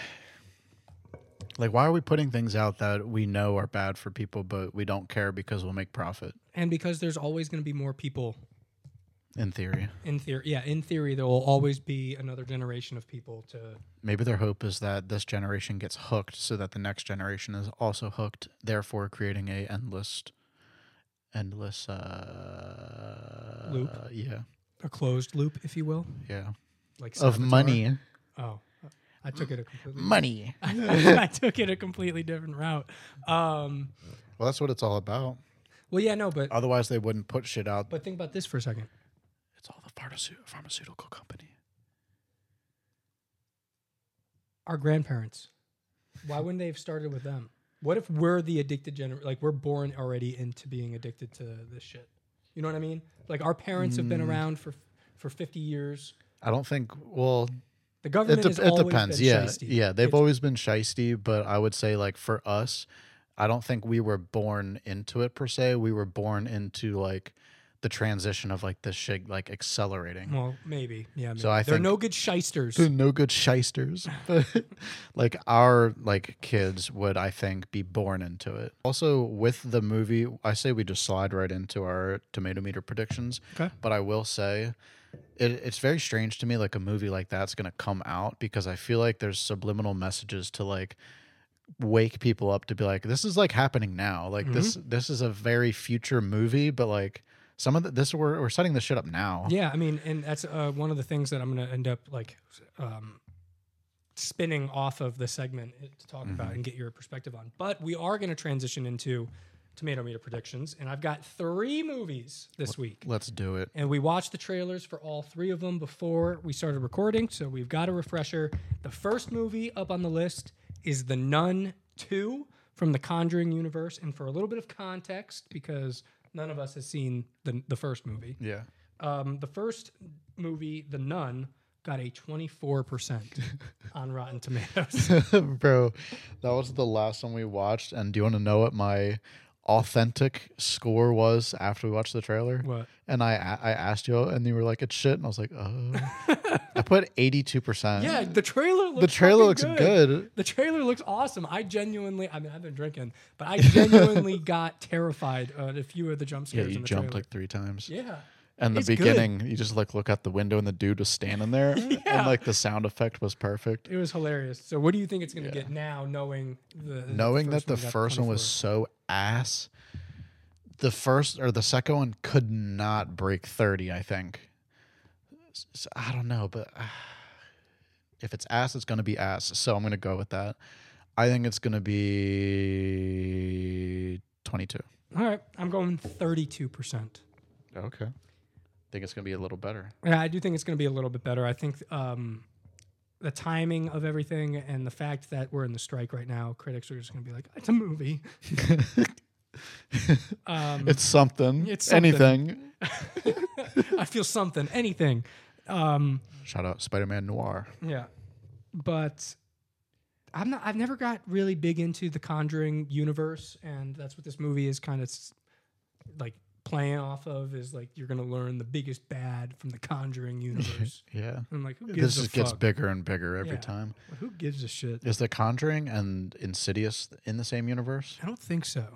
A: Like, why are we putting things out that we know are bad for people, but we don't care because we'll make profit?
B: and because there's always going to be more people
A: In theory.
B: in theory yeah in theory there will always be another generation of people to
A: Maybe their hope is that this generation gets hooked so that the next generation is also hooked, therefore creating a endless endless uh
B: Loop.
A: Yeah.
B: a closed loop if you will
A: Yeah.
B: like
A: Of
B: saboteur.
A: money.
B: oh i took it a completely
A: Money.
B: i took it a completely different route um
A: Well that's what it's all about.
B: well yeah no but
A: Otherwise they wouldn't put shit out.
B: but think about this for a second
A: it's all the pharmaceutical pharmaceutical company.
B: our grandparents why wouldn't they have started with them what if we're the addicted gener like we're born already into being addicted to this shit you know what i mean like our parents have been
A: Mm.
B: around for for 50 years
A: I don't think well
B: the
A: it,
B: government
A: de-
B: has
A: it
B: always
A: depends.
B: been
A: Yeah.
B: shysty.
A: Yeah. They've
B: It's-
A: always been shisty, but I would say like for us I don't think we were born into it per se. We were born into like the transition of like this shit like accelerating.
B: Well, maybe. Yeah. Maybe.
A: So I
B: They're
A: think-
B: no good shysters.
A: They're no good shysters. But like our like kids would I think be born into it. Also with the movie, I say we just slide right into our tomato meter predictions.
B: Okay.
A: But I will say it, it's very strange to me like a movie like that's gonna come out because I feel like there's subliminal messages to like wake people up to be like, this is like happening now. Like this
B: Mm-hmm.
A: this is a very future movie, but like some of the, this we're, we're setting this shit up now.
B: Yeah, I mean, and that's uh, one of the things that I'm going to end up like um, spinning off of the segment uh, to talk about and get your perspective on. But we are going to transition into tomato meter predictions, and I've got three movies this week.
A: Let's do it.
B: And we watched the trailers for all three of them before we started recording, so we've got a refresher. The first movie up on the list is The Nun 2 from the Conjuring universe. And for a little bit of context, because none of us has seen the, the first movie,
A: Yeah.
B: um, the first movie, The Nun, got a 24% on Rotten Tomatoes.
A: Bro, that was the last one we watched. And do you want to know what my authentic score was after we watched the trailer?
B: What?
A: And I a- I asked you, and you were like, "It's shit," and I was like, "Oh." I put eighty two percent.
B: Yeah, the trailer looks
A: the trailer
B: fucking
A: looks good.
B: The trailer looks awesome. I genuinely, I mean, I've been drinking, but I genuinely got terrified at a few of the jump
A: Yeah,
B: scares
A: you
B: in the
A: jumped
B: trailer.
A: like three times.
B: yeah.
A: and the
B: it's good.
A: beginning, you just like look out the window, and the dude was standing there,
B: Yeah.
A: and like the sound effect was perfect.
B: It was hilarious. So, what do you think it's going to get now, knowing the
A: knowing that the
B: got
A: first one was so ass the first or the second one could not break 30 i think S- s- i don't know but uh, if it's ass it's going to be ass so i'm going to go with that i think it's going to be 22
B: 24. All right, I'm going 32 percent.
A: okay i think it's going to be a little better
B: Yeah, I do think it's going to be a little bit better. I think um, the timing of everything and the fact that we're in the strike right now, critics are just going to be like, "It's a movie." um,
A: it's something
B: It's
A: it's
B: something.
A: anything
B: I feel something, anything. Um,
A: shout out spider-man noir
B: yeah, but I'm not. I've never got really big into the Conjuring universe, and that's what this movie is kind of like playing off of. Is like you're going to learn the biggest bad from the Conjuring universe.
A: yeah
B: I'm like, who
A: this
B: gives a
A: just
B: fuck?
A: gets bigger and bigger every
B: Yeah.
A: time
B: Who gives a shit?
A: Is The Conjuring and Insidious in the same universe?
B: I don't think so.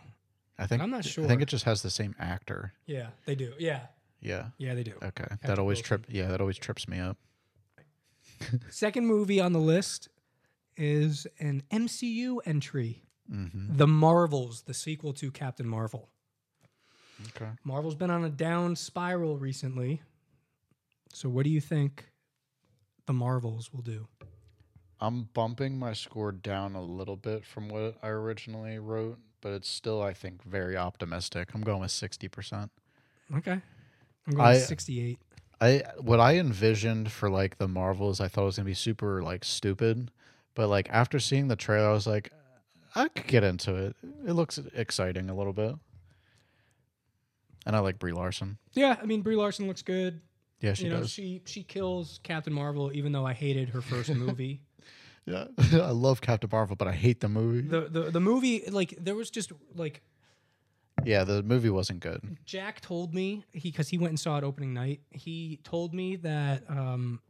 A: I think
B: I'm not
A: I think
B: sure.
A: it just has the same actor.
B: Yeah, they do. Yeah,
A: Yeah.
B: yeah, they do.
A: Okay. that always
B: Wilson.
A: trip. Yeah, that always trips me up.
B: Second movie on the list is an MCU entry,
A: hmm
B: The Marvels, the sequel to Captain Marvel.
A: Okay.
B: Marvel's been on a down spiral recently. So what do you think The Marvels will do?
A: I'm bumping my score down a little bit from what I originally wrote, but it's still I think very optimistic. I'm going with 60%.
B: Okay. I'm going
A: I-
B: 68.
A: I what I envisioned for like the Marvels, I thought it was gonna be super like stupid, but like after seeing the trailer, I was like, I could get into it. It looks exciting a little bit, and I like Brie Larson.
B: Yeah, I mean Brie Larson looks good.
A: Yeah, she
B: you know,
A: does.
B: she she kills Captain Marvel even though I hated her first movie.
A: yeah, I love Captain Marvel, but I hate the movie.
B: the, the the movie like there was just like
A: yeah, the movie wasn't good.
B: Jack told me he because he went and saw it opening night. He told me that um,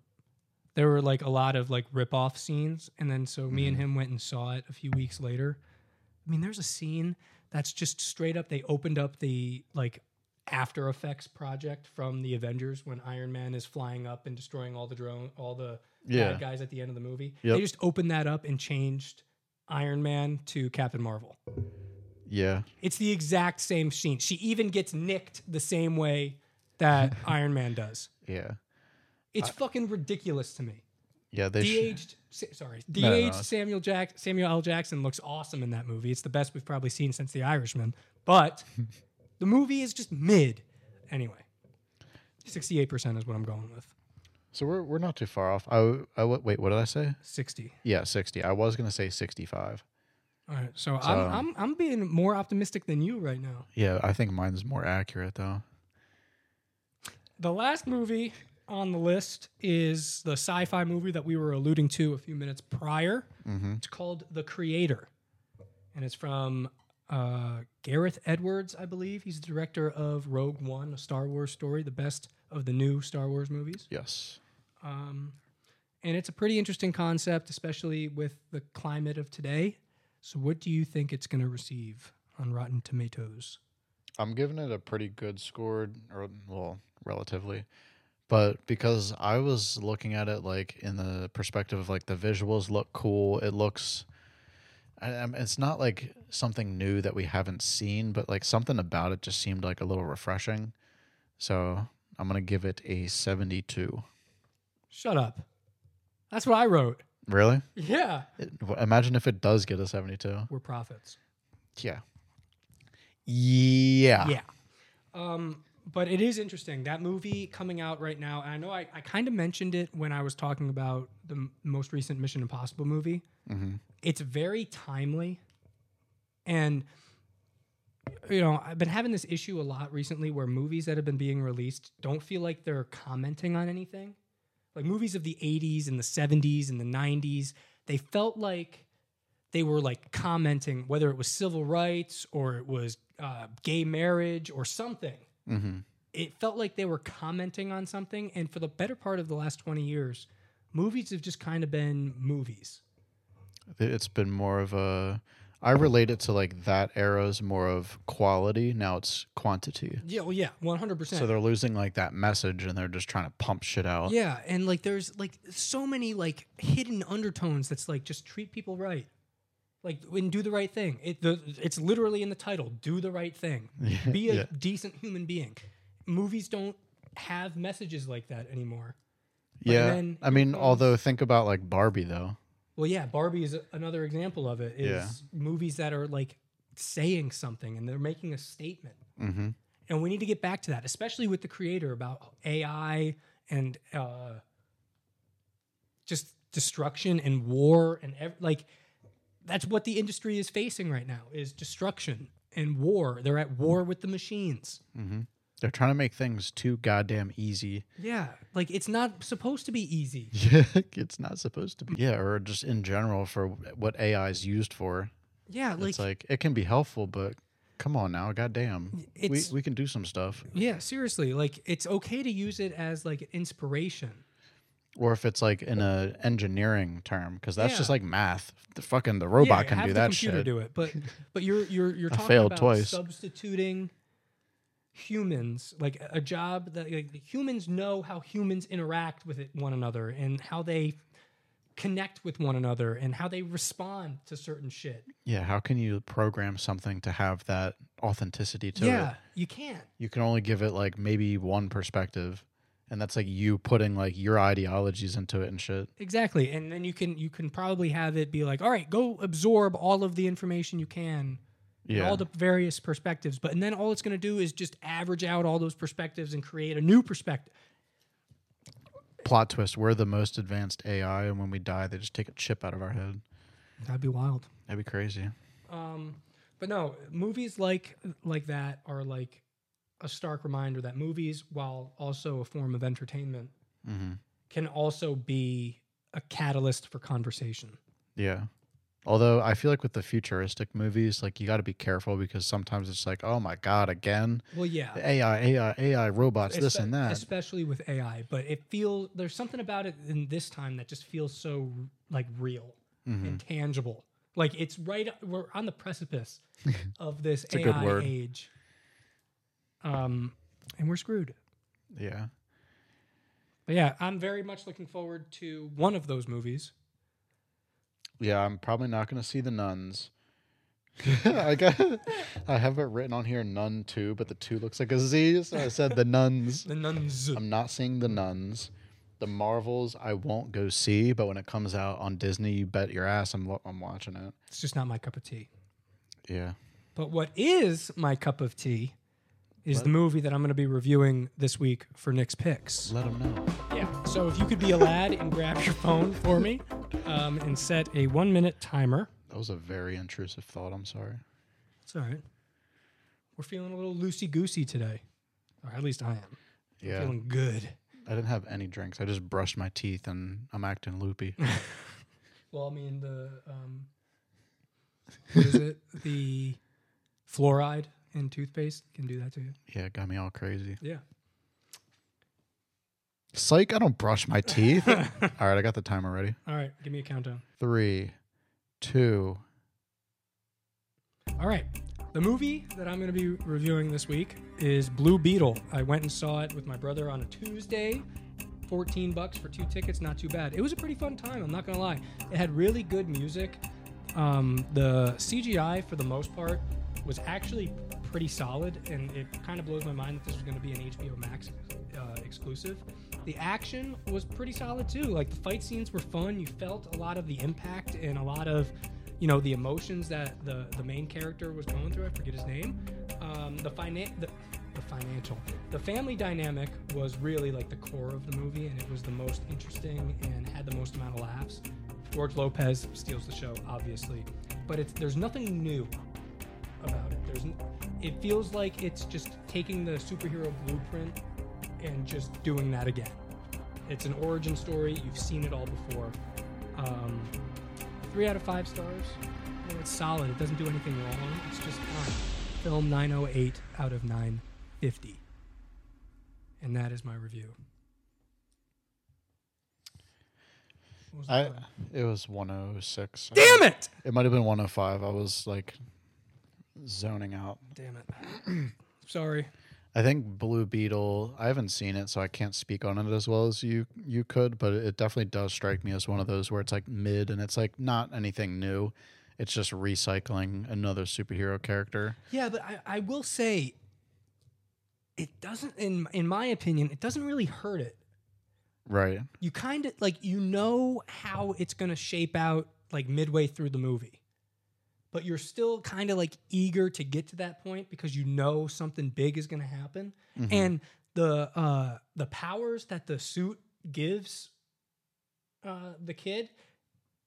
B: there were like a lot of like rip off scenes, and then so me
A: Mm-hmm.
B: and him went and saw it a few weeks later. I mean, there's a scene that's just straight up. They opened up the like After Effects project from the Avengers when Iron Man is flying up and destroying all the drone, all the
A: Yeah.
B: bad guys at the end of the movie.
A: Yep.
B: They just opened that up and changed Iron Man to Captain Marvel.
A: Yeah,
B: It's the exact same scene. She even gets nicked the same way that Iron Man does.
A: yeah,
B: It's fucking ridiculous to me.
A: yeah. They sh-
B: De-aged, sa- sorry, de-aged
A: no, it's-
B: Samuel Jack Samuel L. Jackson looks awesome in that movie. It's the best we've probably seen since The Irishman. But the movie is just mid. Anyway, sixty-eight percent is what I'm going with.
A: so we're we're not too far off. I, w- I w- wait. What did I say?
B: Sixty.
A: Yeah, sixty. I was gonna say sixty-five.
B: All right, so,
A: So-
B: I'm, I'm I'm being more optimistic than you right now.
A: Yeah, I think mine's more accurate though.
B: The last movie on the list is the sci-fi movie that we were alluding to a few minutes prior.
A: Mm-hmm.
B: It's called The Creator, and it's from uh, Gareth Edwards, I believe. He's the director of Rogue One, a Star Wars story, the best of the new Star Wars movies.
A: Yes.
B: Um, and it's a pretty interesting concept, especially with the climate of today. So, what do you think it's going to receive on Rotten Tomatoes?
A: I'm giving it a pretty good score, or well, relatively. But because I was looking at it like in the perspective of like the visuals look cool, it looks. I, I'm- it's not like something new that we haven't seen, but like something about it just seemed like a little refreshing. So I'm gonna give it a 72.
B: Shut up. That's what I wrote.
A: Really?
B: Yeah.
A: It- w- imagine if it does get a 72.
B: We're prophets.
A: Yeah. Yeah.
B: Yeah. Um, but it is interesting. That movie coming out right now, and I know I, I kind of mentioned it when I was talking about the m- most recent Mission Impossible movie.
A: Mm-hmm.
B: It's very timely. And, you know, I've been having this issue a lot recently where movies that have been being released don't feel like they're commenting on anything. Like movies of the 80s and the 70s and the 90s, they felt like they were like commenting whether it was civil rights or it was uh, gay marriage or something.
A: Mm-hmm.
B: It felt like they were commenting on something. And for the better part of the last 20 years, movies have just kind of been movies.
A: Th- It's been more of a. I relate it to like that era's more of quality. Now it's quantity.
B: Yeah, well, yeah, 100%.
A: So they're losing like that message and they're just trying to pump shit out.
B: Yeah, and like there's like so many like hidden undertones that's like just treat people right. Like and do the right thing. It the it's literally in the title, do the right thing. Be a
A: Yeah.
B: decent human being. Movies don't have messages like that anymore.
A: Yeah.
B: then
A: I
B: it
A: mean,
B: becomes-
A: although think about like Barbie though.
B: Well, yeah, Barbie is a- another example of it. Is
A: Yeah.
B: movies that are like saying something and they're making a statement.
A: Mm-hmm.
B: and we need to get back to that, especially with the creator about AI and uh, just destruction and war and ev- like that's what the industry is facing right now is destruction and war. They're at war with the machines.
A: Mm-hmm. They're trying to make things too goddamn easy.
B: Yeah, like it's not supposed to be easy.
A: Yeah, it's not supposed to be. Yeah, or just in general for what AI is used for.
B: Yeah, like,
A: it's like it can be helpful, but come on now, goddamn, we
B: It's-
A: we can do some stuff.
B: yeah, seriously, like it's okay to use it as like inspiration.
A: Or if it's like in a engineering term, because that's just
B: Yeah.
A: like math. The fucking the
B: Yeah,
A: robot can
B: have
A: do
B: the
A: that
B: computer
A: shit.
B: Do it, but but you're you're you're
A: I
B: talking
A: failed
B: about
A: twice.
B: substituting humans, like a job that like, the humans know how humans interact with it, one another and how they connect with one another and how they respond to certain shit.
A: Yeah, how can you program something to have that authenticity to
B: yeah,
A: it?
B: you can't.
A: You can only give it like maybe one perspective, and that's like you putting like your ideologies into it and shit.
B: Exactly. And then you can you can probably have it be like, "All right, go absorb all of the information you can." and
A: Yeah,
B: all the various perspectives. But and then all it's going to do is just average out all those perspectives and create a new perspective.
A: plot twist. We're the most advanced AI, and when we die, they just take a chip out of our head.
B: That'd be wild.
A: That'd be crazy.
B: Um, but no, movies like like that are like a stark reminder that movies, while also a form of entertainment,
A: hmm
B: can also be a catalyst for conversation.
A: Yeah. Although I feel like with the futuristic movies, like you got to be careful because sometimes it's like, oh my god, again,
B: Well, yeah.
A: AI, AI, AI, robots, this
B: Espe-
A: and that.
B: especially with AI. But it feels there's something about it in this time that just feels so like real
A: Mm-hmm.
B: and tangible. Like it's right. We're on the precipice of this
A: a
B: AI
A: good word.
B: age. Um, and we're screwed.
A: Yeah.
B: But yeah, I'm very much looking forward to one of those movies.
A: Yeah, I'm probably not going to see the nuns. I got, I have it written on here nun two, but the two looks like a Z, so I said the nuns.
B: The Nuns.
A: I'm not seeing the nuns. The Marvels I won't go see, but when it comes out on Disney, you bet your ass I'm lo- I'm watching it.
B: It's just not my cup of tea.
A: Yeah.
B: But what is my cup of tea is the movie that I'm going to be reviewing this week for Nick's Picks.
A: Let them know.
B: Yeah. So if you could be a lad and grab your phone for me um, and set a one minute timer.
A: That was a very intrusive thought. I'm sorry.
B: It's all right. We're feeling a little loosey goosey today, or at least I am.
A: Yeah.
B: Feeling good.
A: I didn't have any drinks. I just brushed my teeth and I'm acting loopy.
B: Well, I mean the um, what is it? The Fluoride in toothpaste can do that to you.
A: Yeah, it got me all crazy.
B: Yeah.
A: Psych, I don't brush my teeth. all right, I got the timer ready.
B: All right, give me a countdown.
A: Three, two.
B: All right. The movie that I'm going to be reviewing this week is Blue Beetle. I went and saw it with my brother on a Tuesday. 14 bucks for two tickets, not too bad. It was a pretty fun time, I'm not going to lie. It had really good music. Um, the CGI, for the most part, was actually pretty solid, and it kind of blows my mind that this was going to be an HBO Max uh, exclusive. The action was pretty solid too. Like the fight scenes were fun. You felt a lot of the impact and a lot of, you know, the emotions that the the main character was going through. I forget his name. Um, the finan the, the financial, the family dynamic was really like the core of the movie, and it was the most interesting and had the most amount of laughs. George Lopez steals the show, obviously, but it's there's nothing new about it. There's, n- it feels like it's just taking the superhero blueprint and just doing that again. It's an origin story. You've seen it all before. Um, three out of five stars. You know, it's solid. It doesn't do anything wrong. It's just fine. Film 908 out of 950. And that is my review. What was the
A: I
B: time?
A: it was 106.
B: Damn it!
A: It might have been 105. I was like zoning out.
B: Damn it. Sorry.
A: I think Blue Beetle. I haven't seen it, so I can't speak on it as well as you you could. But it definitely does strike me as one of those where it's like mid, and it's like not anything new. It's just recycling another superhero character.
B: Yeah, but I, I will say it doesn't in in my opinion, it doesn't really hurt it.
A: Right.
B: You kind of like you know how it's going to shape out like midway through the movie. But you're still kind of like eager to get to that point because you know something big is going to happen
A: Mhm.
B: and the uh the powers that the suit gives uh the kid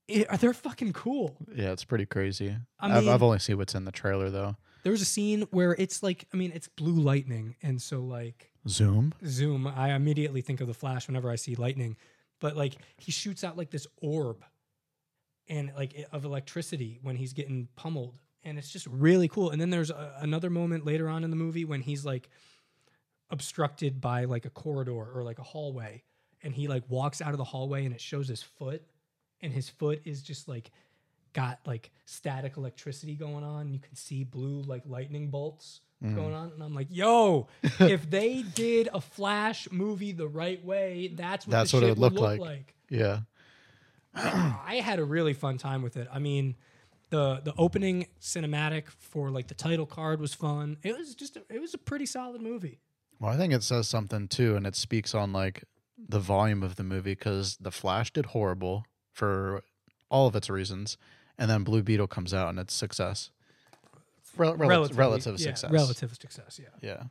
B: it, uh, they're fucking cool.
A: yeah, it's pretty crazy.
B: I
A: I have
B: mean-
A: I've only seen what's in the trailer though.
B: There was a scene where it's like I mean it's blue lightning and so like
A: Zoom.
B: zoom i immediately think of the flash whenever i see lightning but like he shoots out like this orb and like i- of electricity when he's getting pummeled and it's just really cool and then there's a, another moment later on in the movie when he's like obstructed by like a corridor or like a hallway and he like walks out of the hallway and it shows his foot and his foot is just like got like static electricity going on you can see blue like lightning bolts
A: Mhm.
B: going on and i'm like yo if they did a flash movie the right way that's what
A: That's
B: the
A: what it
B: shit
A: would
B: would
A: look
B: look like,
A: like. Yeah.
B: i had a really fun time with it i mean the the opening cinematic for like the title card was fun it was just a, it was a pretty solid movie
A: Well, I think it says something too, and it speaks on like the volume of the movie because The Flash did horrible for all of its reasons, and then Blue Beetle comes out and it's success. Rel- rel-
B: Relatively-
A: relative
B: yeah,
A: success.
B: relative success yeah
A: Yeah,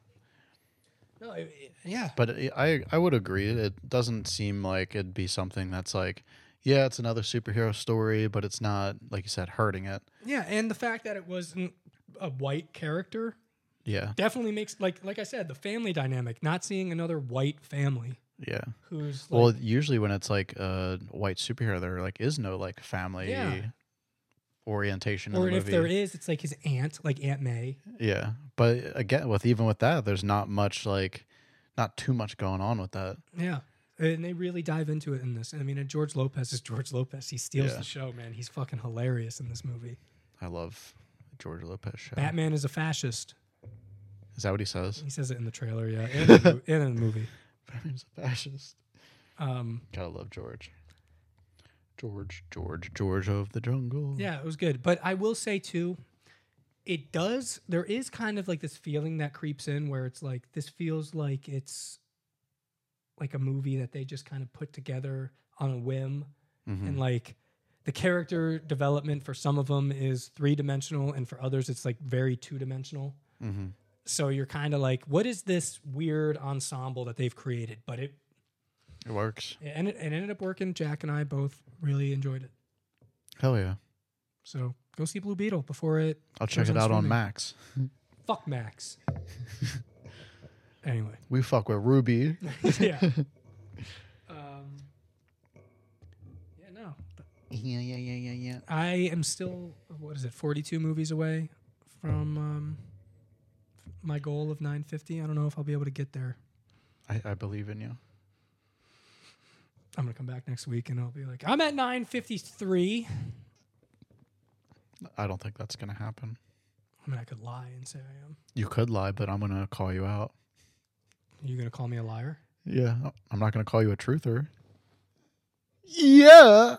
B: no it- it- yeah
A: but it, I I would agree. It doesn't seem like it'd be something that's like, yeah, it's another superhero story, but it's not like you said hurting it.
B: yeah and the fact that it wasn't a white character
A: Yeah,
B: definitely makes like like i said the family dynamic not seeing another white family
A: yeah.
B: who's like,
A: Well, usually when it's like a white superhero, there like is no like family
B: Yeah.
A: orientation.
B: or
A: in the
B: if
A: movie.
B: there is it's like his aunt like aunt may
A: Yeah, but again, with even with that, there's not much like, not too much going on with that.
B: Yeah. And they really dive into it in this. I mean, and George Lopez is George Lopez. He steals
A: Yeah.
B: the show, man. He's fucking hilarious in this movie.
A: I love George Lopez show.
B: Batman is a fascist.
A: Is that what he says?
B: He says it in the trailer, yeah, and in the, mo- and in the movie.
A: Batman's a fascist.
B: Um,
A: Gotta love George. George, George, George of the jungle.
B: yeah, it was good. But I will say too, it does. There is kind of like this feeling that creeps in where it's like this feels like it's like a movie that they just kind of put together on a whim.
A: Mhm.
B: and like the character development for some of them is three dimensional and for others it's like very two dimensional
A: Mhm.
B: so you're kind of like what is this weird ensemble that they've created but it,
A: it works.
B: it, ended, it ended up working jack and i both really enjoyed it
A: Hell yeah!
B: so go see blue beetle before it
A: I'll check it
B: Goes on
A: out on
B: streaming.
A: Max.
B: fuck max anyway
A: We fuck with Ruby.
B: yeah um, yeah no
A: yeah, yeah, yeah, yeah, yeah.
B: i am still what is it 42 movies away from um, my goal of 950. I don't know if I'll be able to get there.
A: I, I believe in you.
B: I'm gonna come back next week and I'll be like, I'm at 953.
A: I don't think that's going to happen.
B: I mean, I could lie and say I am.
A: You could lie, but I'm going to call you out.
B: Are you gonna call me a liar?
A: Yeah. I'm not going to call you a truther. Yeah.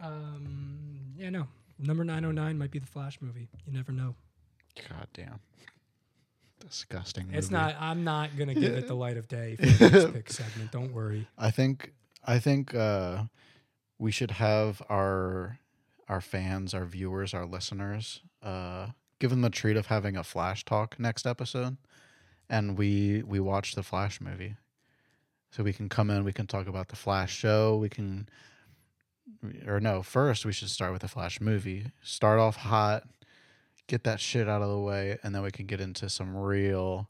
B: Um, yeah, no. Number 909 might be the Flash movie. You never know.
A: God damn. Disgusting.
B: It's
A: movie.
B: not. I'm not gonna give it the light of day for the next pick segment. Don't worry.
A: I think I think uh, we should have our our fans, our viewers, our listeners, uh, give them the treat of having a flash talk next episode, and we we watch the Flash movie, so we can come in, we can talk about the Flash show, we can, or no, first we should start with the Flash movie, start off hot, get that shit out of the way, and then we can get into some real,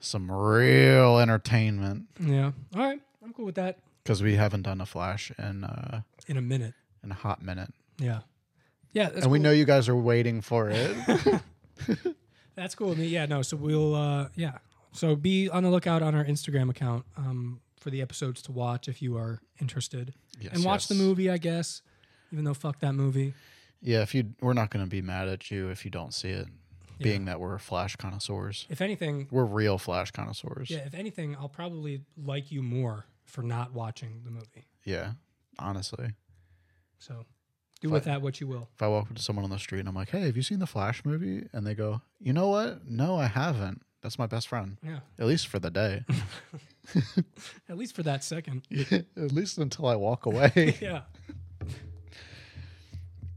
A: some real entertainment
B: Yeah. All right. I'm cool with that.
A: because we haven't done a flash in uh,
B: In a minute.
A: in a hot minute,
B: Yeah. Yeah. That's
A: and we
B: cool.
A: know you guys are waiting for it.
B: That's cool with me. Yeah, no. So we'll, uh, yeah. So be on the lookout on our Instagram account um, for the episodes to watch if you are interested.
A: Yes,
B: and watch the
A: yes.
B: movie, I guess, even though fuck that movie.
A: Yeah, if you, we're not going to be mad at you if you don't see it, being that we're flash connoisseurs.
B: If anything,
A: We're real flash connoisseurs.
B: yeah, if anything, I'll probably like you more for not watching the movie.
A: Yeah, honestly,
B: So do with that what you will.
A: if I walk up to someone on the street and I'm like, "Hey, have you seen the Flash movie?" and they go, "You know what? No, I haven't." That's my best friend,
B: Yeah.
A: at least for the day,
B: At least for that second.
A: at least until I walk away.
B: Yeah.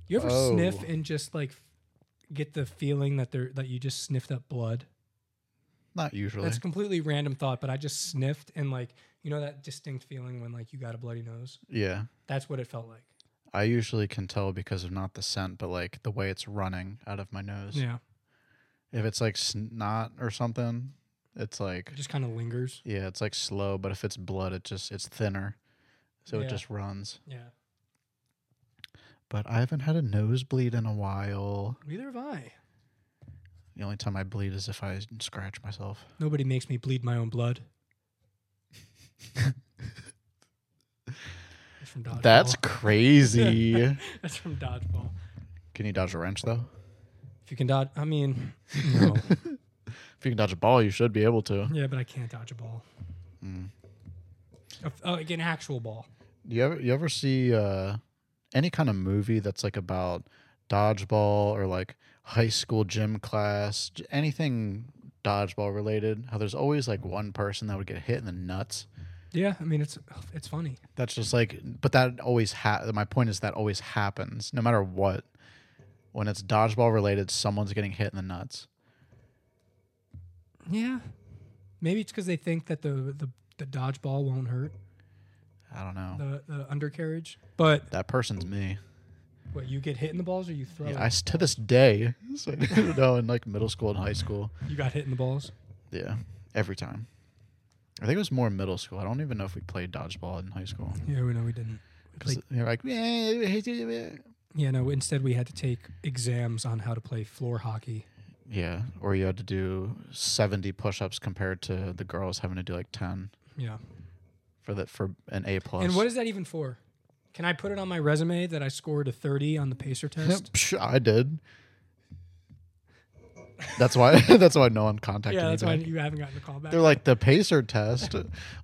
B: You ever
A: Oh.
B: sniff and just like get the feeling that they're that you just sniffed up blood?
A: not usually.
B: That's a completely random thought, but I just sniffed and like you know that distinct feeling when like you got a bloody nose.
A: yeah.
B: That's what it felt like.
A: I usually can tell because of not the scent, but like the way it's running out of my nose.
B: Yeah,
A: If it's like snot or something, it's like
B: it just kind of lingers.
A: yeah, it's like slow. But if it's blood, it just it's thinner, so
B: Yeah.
A: it just runs.
B: Yeah.
A: But I haven't had a nosebleed in a while.
B: Neither have I.
A: The only time I bleed is if I scratch myself.
B: Nobody makes me bleed my own blood. That's from dodgeball.
A: That's crazy.
B: that's from dodgeball.
A: can you dodge a wrench though?
B: If you can dodge, I mean, no.
A: If you can dodge a ball, you should be able to.
B: yeah, but I can't dodge a ball. Mm. A- uh, like an actual ball.
A: Do you ever you ever see uh, any kind of movie that's like about dodgeball or like high school gym class, j- anything dodgeball related? How there's always like one person that would get hit in the nuts.
B: Yeah, I mean it's it's funny.
A: That's just like, but that always ha. My point is that always happens, no matter what. When it's dodgeball related, someone's getting hit in the nuts.
B: Yeah, maybe it's because they think that the, the the dodgeball won't hurt
A: I don't know.
B: the, the undercarriage. But
A: That person's me.
B: what you get hit in the balls or you throw?
A: Yeah,
B: it?
A: I s- to this day, so I didn't know in like middle school and high school.
B: you got hit in the balls.
A: Yeah, every time. I think it was more middle school. I don't even know if we played dodgeball in high school.
B: Yeah, we know we didn't. We
A: 'Cause
B: played-
A: you're like, "Yeah."
B: yeah, no. Instead, we had to take exams on how to play floor hockey.
A: yeah, or you had to do 70 push-ups compared to the girls having to do like 10
B: Yeah.
A: for that for an A plus.
B: And what is that even for? Can I put it on my resume that I scored a thirty on the pacer test?
A: Psh, I did. That's why. that's why no one contacted
B: yeah,
A: me.
B: that's why
A: back.
B: you haven't gotten a call back.
A: They're like the pacer test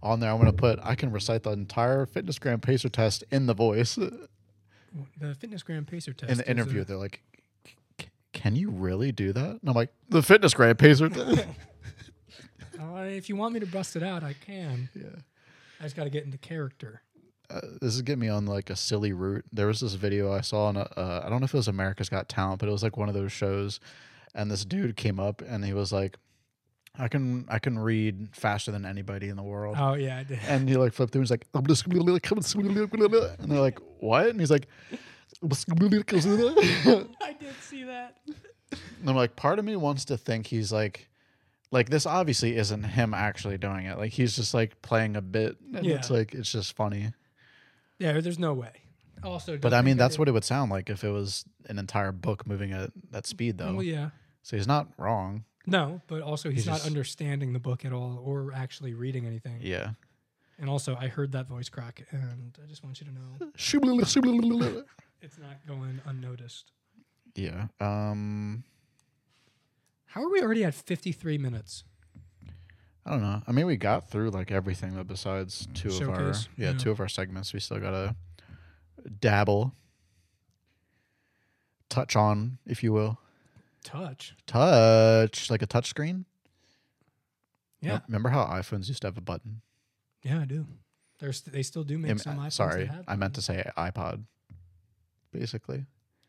A: on there. I'm gonna put. I can recite the entire fitness gram pacer test in the voice.
B: the fitness gram pacer test.
A: in
B: is
A: the
B: a-
A: interview, they're like, "C- c- "Can you really do that?" And I'm like, "The fitness grand pacer." thing."
B: Uh, if you want me to bust it out, I can. Yeah. I just got to get into character.
A: uh, this is getting me on like a silly route. There was this video I saw on a, uh, I don't know if it was America's Got Talent, but it was like one of those shows, and this dude came up and he was like, "I can I can read faster than anybody in the world."
B: Oh yeah, I did.
A: And he like flipped through and he's like, I'm just gonna look- I'm just gonna look- and they're like, what? And he's like, "I'm just gonna look- and
B: I did see that.
A: I'm like, part of me wants to think he's like, like this obviously isn't him actually doing it. Like he's just like playing a bit. And
B: Yeah.
A: it's like, it's just funny.
B: Yeah, there's no way. also, don't
A: But I mean,
B: think
A: that's
B: did-
A: what it would sound like if it was an entire book moving at that speed, though.
B: Well, Oh, yeah.
A: So he's not wrong.
B: No, but also he's
A: He
B: not
A: just-
B: understanding the book at all or actually reading anything.
A: Yeah.
B: And also, I heard that voice crack, and I just want you to know it's not going unnoticed.
A: yeah. Um,
B: How are we already at 53 minutes?
A: I don't know. I mean, we got through like everything, but besides two
B: Showcase,
A: of our yeah,
B: yeah.
A: two of our segments, we still gotta dabble, touch on, if you will,
B: Touch.
A: touch like a touch screen.
B: Yeah.
A: Yep. Remember how iPhones used to have a button?
B: Yeah, I do. There's, they still do make
A: Im- uh,
B: some iPhones.
A: sorry,
B: that have
A: I meant to
B: buttons.
A: say iPod. Basically,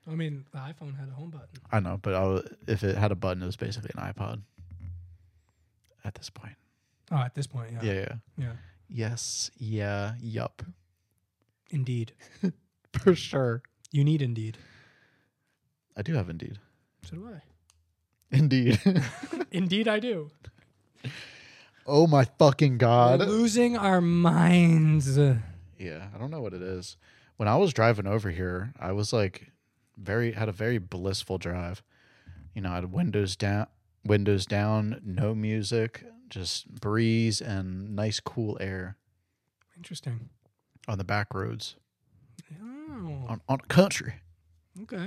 B: I mean, the iPhone had a home button.
A: I know, but I w if it had a button, it was basically an iPod. At this point,
B: Oh, at this point, yeah.
A: yeah, yeah.
B: Yeah.
A: yes, yeah, yup,
B: Indeed.
A: for sure.
B: You need Indeed.
A: I do have Indeed.
B: So do I.
A: Indeed.
B: Indeed, I do.
A: oh my fucking
B: We're
A: god.
B: losing our minds.
A: Yeah, I don't know what it is. When I was driving over here, I was like very had a very blissful drive. You know, I had windows down, windows down, no music, just breeze and nice cool air
B: Interesting.
A: on the back roads
B: Oh,
A: on on country.
B: okay.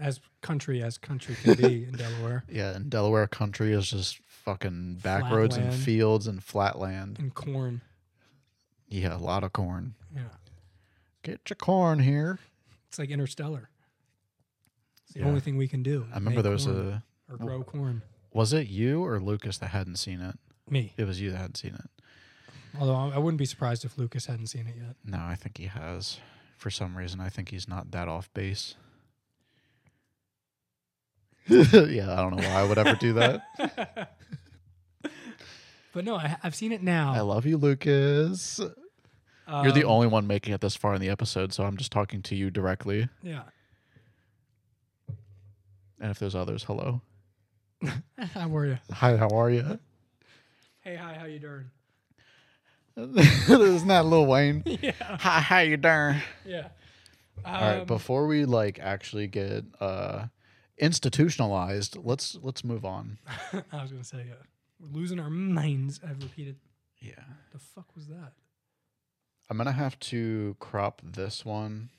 B: As country as country can be in Delaware
A: Yeah, and Delaware country is just fucking back
B: Flat
A: roads and
B: land.
A: fields and flat land.
B: and corn.
A: Yeah, a lot of corn.
B: Yeah.
A: Get your corn here.
B: It's like interstellar. It's the
A: Yeah.
B: only thing we can do.
A: I remember
B: Make
A: there was
B: corn
A: a
B: or grow corn.
A: was it you or Lucas that hadn't seen it?
B: Me.
A: It was you that hadn't seen it.
B: Although I I wouldn't be surprised if Lucas hadn't seen it yet.
A: No, I think he has. For some reason, I think he's not that off base. yeah, I don't know why I would ever do that.
B: But no, I, I've seen it now.
A: I love you, Lucas. You're the
B: Oh. Um,
A: only one making it this far in the episode, so I'm just talking to you directly.
B: Yeah.
A: And if there's others, hello.
B: How were you?
A: Hi, how are you?
B: Hey, hi, how you doing?
A: Isn't that Lil Wayne?
B: Yeah.
A: Hi, how you doing?
B: Yeah.
A: All
B: Um,
A: right, before we like actually get uh institutionalized, let's let's move on.
B: I was gonna say, yeah, we're losing our minds. I've repeated.
A: Yeah.
B: The fuck was that?
A: I'm gonna have to crop this one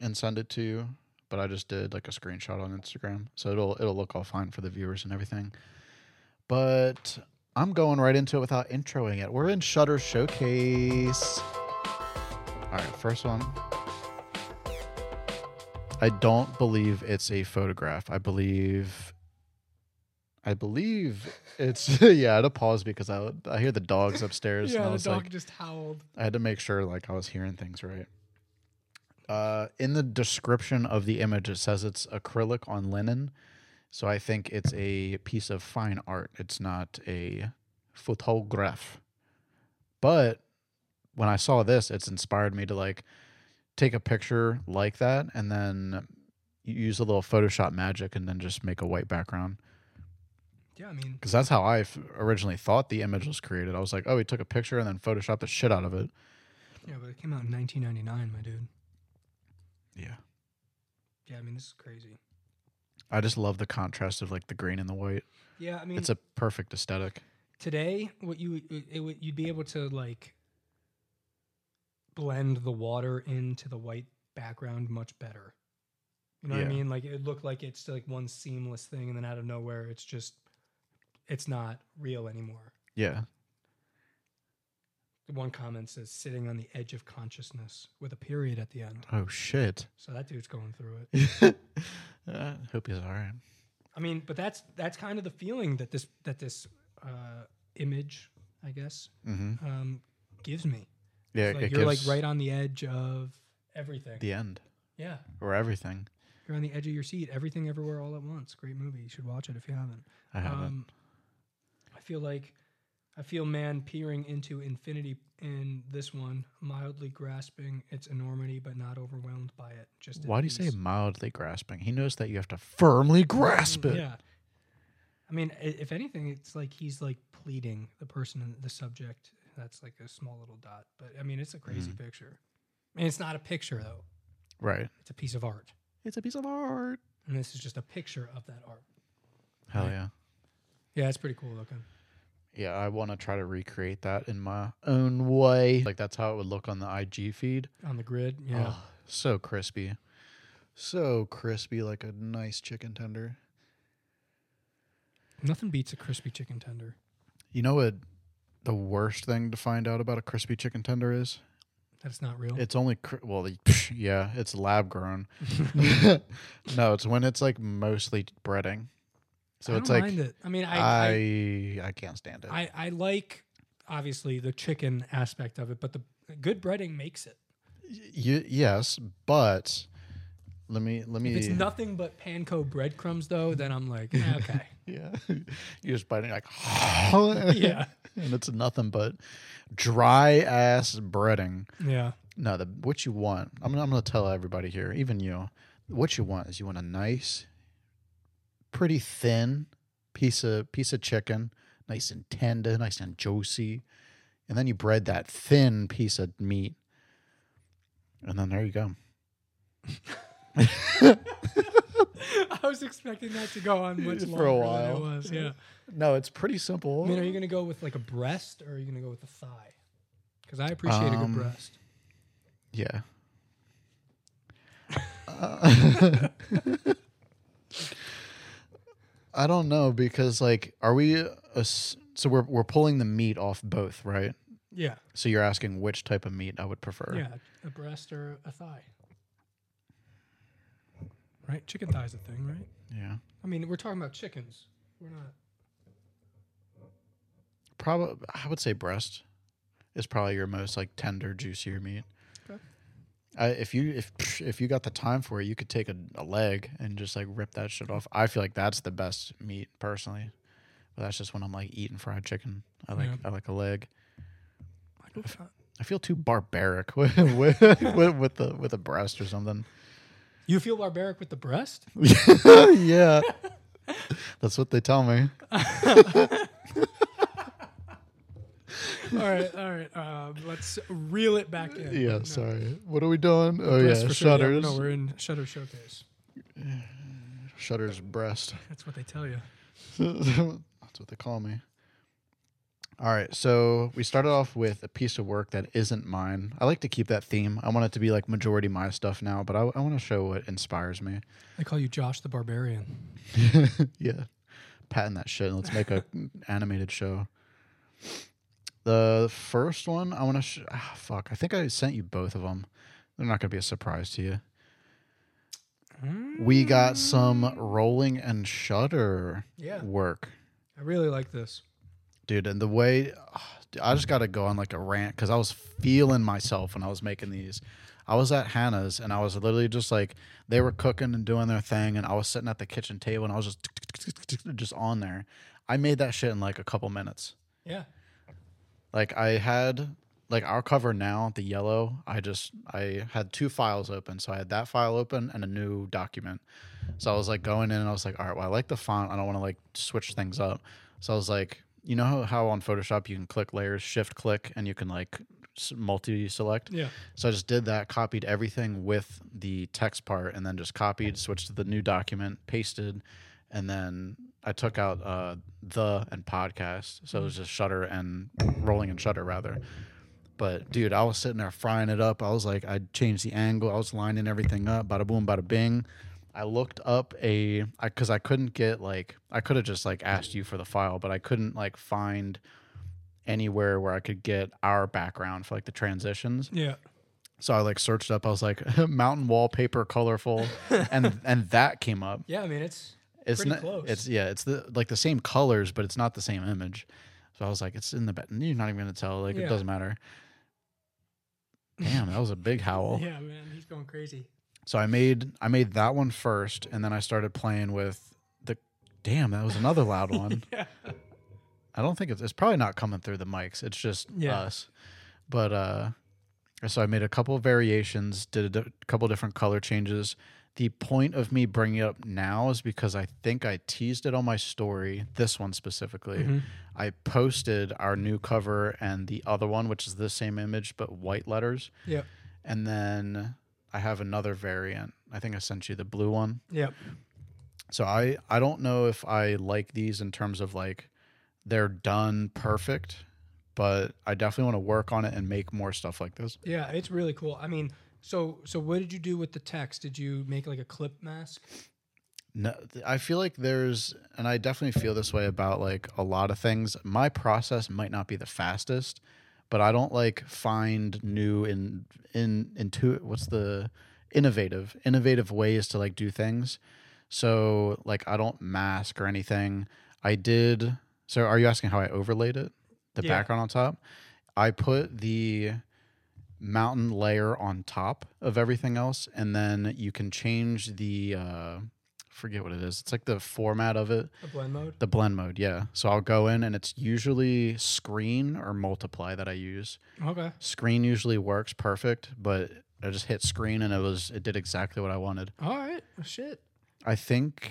A: and send it to you, but I just did like a screenshot on Instagram, so it'll it'll look all fine for the viewers and everything. But I'm going right into it without introing it. We're in Shutter Showcase. All right, first one. I don't believe it's a photograph. I believe. I believe it's yeah. I had to pause because I I hear the dogs upstairs. and I was like,
B: just howled.
A: I had to make sure like I was hearing things right. Uh, in the description of the image, it says it's acrylic on linen, so I think it's a piece of fine art. It's not a photograph. But when I saw this, it's inspired me to like take a picture like that and then use a little Photoshop magic and then just make a white background
B: Yeah, I mean,
A: because that's how I f- originally thought the image was created. I was like, oh, he took a picture and then Photoshopped the shit out of it.
B: yeah, but it came out in 1999, my dude.
A: Yeah.
B: Yeah, I mean, this is crazy.
A: I just love the contrast of like the green and the white.
B: Yeah, I mean,
A: It's a perfect aesthetic.
B: today what you it, it, would- you'd be able to like blend the water into the white background much better. You know what I
A: Yeah.
B: mean? Like it looked like it's like one seamless thing, and then out of nowhere, it's just it's not real anymore.
A: Yeah.
B: One comment says sitting on the edge of consciousness with a period at the end.
A: Oh shit.
B: So that dude's going through it.
A: Uh, hope he's all right.
B: I mean, but that's that's kind of the feeling that this that this uh, image, I guess,
A: Mm-hmm.
B: um, gives me.
A: Yeah.
B: It's like
A: it
B: you're like
A: gives
B: right on the edge of everything.
A: the end
B: yeah,
A: or everything.
B: you're on the edge of your seat. Everything, everywhere, all at once. Great movie. You should watch it if you haven't. Um,
A: I haven't.
B: I feel like I feel man peering into infinity in this one, mildly grasping its enormity, but not overwhelmed by it. Just at
A: Why do you say
B: ease.
A: mildly grasping? He knows that you have to firmly grasp it.
B: Yeah. I mean, i- if anything, it's like he's like pleading the person, in the subject.
A: Mm-hmm.
B: That's like a small little dot, but I mean, it's a crazy picture. And it's not a picture though.
A: Right.
B: It's a piece of art.
A: It's a piece of art.
B: And this is just a picture of that art.
A: Hell
B: Right.
A: yeah.
B: Yeah, it's pretty cool looking.
A: Yeah, I want to try to recreate that in my own way. Like that's how it would look on the IG feed.
B: On the grid. Yeah.
A: Oh, so crispy. So crispy like a nice chicken tender.
B: Nothing beats a crispy chicken tender.
A: You know what the worst thing to find out about a crispy chicken tender is?
B: That's not real.
A: It's only cr- well, the, yeah, it's lab grown. no, it's when it's like mostly breading. So
B: I
A: it's
B: don't
A: like
B: mind it. I mean, I, I
A: I, I can't stand it.
B: I, I like obviously the chicken aspect of it, but the good breading makes it.
A: Y- yes, but let me let me
B: If it's nothing but panko breadcrumbs, though, then I'm like, eh, okay,
A: Yeah. You're just biting like
B: yeah,
A: and it's nothing but dry ass breading.
B: yeah,
A: No, the what you want. I'm gonna- I'm going to tell everybody here, even you, what you want is you want a nice pretty thin piece of piece of chicken, nice and tender, nice and juicy. And then you bread that thin piece of meat. And then there you go.
B: I was expecting that to go on much
A: For a
B: longer
A: while.
B: than it was. Yeah.
A: No, it's pretty simple.
B: I mean, are you gonna go with like a breast or are you gonna go with a thigh? Because I appreciate a
A: Um,
B: good breast.
A: Yeah. Uh, I don't know because like are we ass- so we're we're pulling the meat off both, right?
B: Yeah,
A: So you're asking which type of meat I would prefer.
B: yeah, a breast or a thigh. Right, chicken thigh is a thing, right?
A: Yeah.
B: I mean, we're talking about chickens. We're not.
A: Probably I would say breast is probably your most like tender, juicier meat.
B: Okay.
A: I, if you if if you got the time for it, you could take a, a leg and just like rip that shit off. I feel like that's the best meat personally, but that's just when I'm like eating fried chicken. I like
B: Yeah.
A: I like a leg.
B: I go for-
A: I feel too barbaric with with, with, with the with a breast or something.
B: You feel barbaric with the breast?
A: yeah, that's what they tell me.
B: all right, all right. Um, let's reel it back in.
A: Yeah,
B: No.
A: sorry. What are we doing? Oh
B: Breast
A: yeah,
B: for sure. Yeah,
A: shutters.
B: no, we're in Shutter Showcase.
A: Shutters breast.
B: That's what they tell you.
A: That's what they call me. All right, so we started off with a piece of work that isn't mine. I like to keep that theme. I want it to be like majority my stuff now, but I, I want to show what inspires me.
B: They call you Josh the Barbarian.
A: yeah, patent that shit. and Let's make a animated show. The first one I want to. Sh- ah, fuck, I think I sent you both of them. They're not gonna be a surprise to you. We got some rolling and shutter
B: Yeah.
A: work.
B: I really like this.
A: dude and the way ah, dude, i just gotta go on like a rant because i was feeling myself when i was making these i was at hannah's and i was literally just like they were cooking and doing their thing and i was sitting at the kitchen table and i was just just on there i made that shit in like a couple minutes
B: Yeah.
A: like i had like our cover now the yellow i just i had two files open so i had that file open and a new document so i was like going in and i was like all right well i like the font i don't want to like switch things up so i was like you know how, how on photoshop you can click layers shift click and you can like multi select
B: Yeah.
A: so I just did that, copied everything with the text part, and then just copied, switched to the new document, pasted, and then I took out uh, the and podcast. So it was just shutter and rolling and shutter rather. But dude, I was sitting there frying it up. I was like, I changed the angle. I was lining everything up. Bada boom, bada bing. I looked up a because I couldn't get like I could have just like asked you for the file, but I couldn't like find anywhere where I could get our background for like the transitions.
B: Yeah.
A: So I like searched up. I was like mountain wallpaper colorful, and and that came up.
B: Yeah. I mean, it's
A: It's
B: Pretty
A: not.
B: close.
A: It's yeah. It's the like the same colors, but it's not the same image. So I was like, it's in the back. You're not even gonna tell. Like
B: Yeah.
A: it doesn't matter. Damn, that was a big howl.
B: yeah, man. He's going crazy.
A: So I made I made that one first, and then I started playing with the. Damn, that was another loud one.
B: Yeah.
A: I don't think it's it's probably not coming through the mics. It's just
B: Yeah.
A: us. But uh so I made a couple of variations, did a di- couple different color changes. The point of me bringing it up now is because I think I teased it on my story, this one specifically.
B: Mm-hmm.
A: I posted our new cover and the other one, which is the same image but white letters.
B: Yeah.
A: And then I have another variant. I think I sent you the blue one.
B: Yep.
A: So I I don't know if I like these in terms of like they're done perfect, but I definitely want to work on it and make more stuff like this.
B: Yeah, it's really cool. I mean, so so what did you do with the text? Did you make like a clip mask?
A: No, th- I feel like there's, and I definitely feel this way about like a lot of things. My process might not be the fastest, but I don't like find new in in into what's the innovative innovative ways to like do things. So like I don't mask or anything. I did. So are you asking how I overlaid it? The
B: Yeah.
A: background on top. I put the mountain layer on top of everything else, and then you can change the uh, forget what it is. It's like the format of it,
B: A blend mode?
A: the blend mode. Yeah. So I'll go in, and it's usually screen or multiply that I use.
B: Okay.
A: Screen usually works perfect, but I just hit screen, and it was it did exactly what I wanted.
B: All right. Well, shit.
A: I think.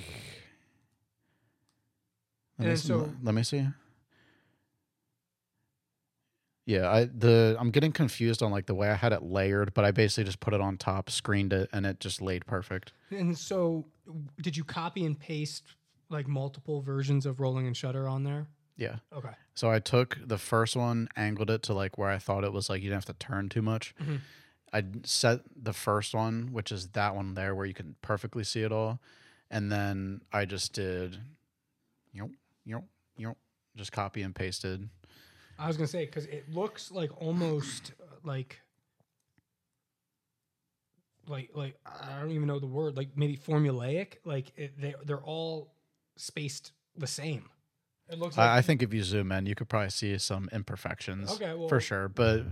A: Let me,
B: And
A: see,
B: so-
A: let me see. Yeah, I the I'm getting confused on like the way I had it layered, but I basically just put it on top, screened it, and it just laid perfect.
B: And so w- did you copy and paste like multiple versions of Rolling and Shutter on there?
A: Yeah.
B: Okay.
A: So I took the first one, angled it to like where I thought it was like you didn't have to turn too much.
B: Mhm.
A: I set the first one, which is that one there where you can perfectly see it all. And then I just did, you know, you know, you know, just copy and pasted.
B: I was gonna say because it looks like almost uh, like like like I don't even know the word like maybe formulaic like it, they they're all spaced the same. It looks. Like
A: I, I think if you zoom in, you could probably see some imperfections
B: Okay, well-
A: for sure. But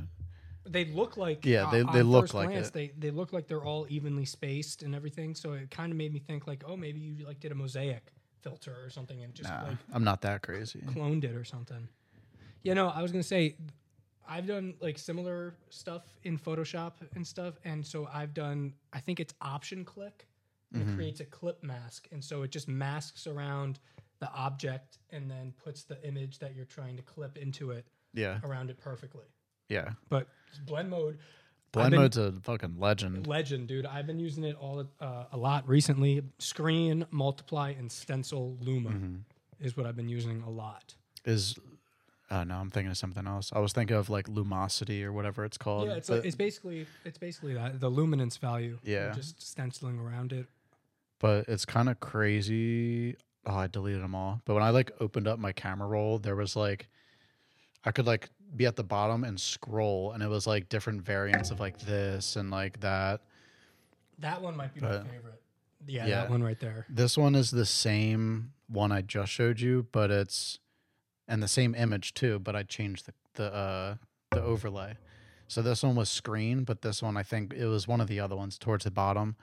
B: they look like
A: Yeah,
B: uh,
A: they-
B: on
A: they look
B: first
A: like
B: glance,
A: it.
B: They they look like they're all evenly spaced and everything. So it kind of made me think like oh maybe you like did a mosaic filter or something and just
A: nah,
B: like
A: I'm not that crazy.
B: cloned it or something. You know, I was gonna say, I've done like similar stuff in Photoshop and stuff, and so I've done. I think it's option click, and it creates a clip mask, and so it just masks around the object and then puts the image that you're trying to clip into it
A: Yeah.
B: around it perfectly.
A: Yeah.
B: But blend mode,
A: Blend
B: been-
A: mode's a fucking legend.
B: legend, dude. I've been using it all uh, a lot recently. Screen, multiply, and stencil Luma is what I've been using a lot.
A: Is uh, no, I'm thinking of something else. I was thinking of like lumosity or whatever it's called.
B: Yeah, it's
A: but-
B: like, it's basically it's basically that the luminance value. You're
A: Yeah.
B: just stenciling around it.
A: but it's kind of crazy. Oh, I deleted them all. But when I like opened up my camera roll, there was like I could like be at the bottom and scroll, and it was like different variants of like this and like that.
B: That one might be
A: But-
B: my favorite. Yeah,
A: Yeah.
B: that one right there.
A: This one is the same one I just showed you, but it's and the same image too, but I changed the the uh the overlay. So this one was screen, but this one I think it was one of the other ones towards the bottom.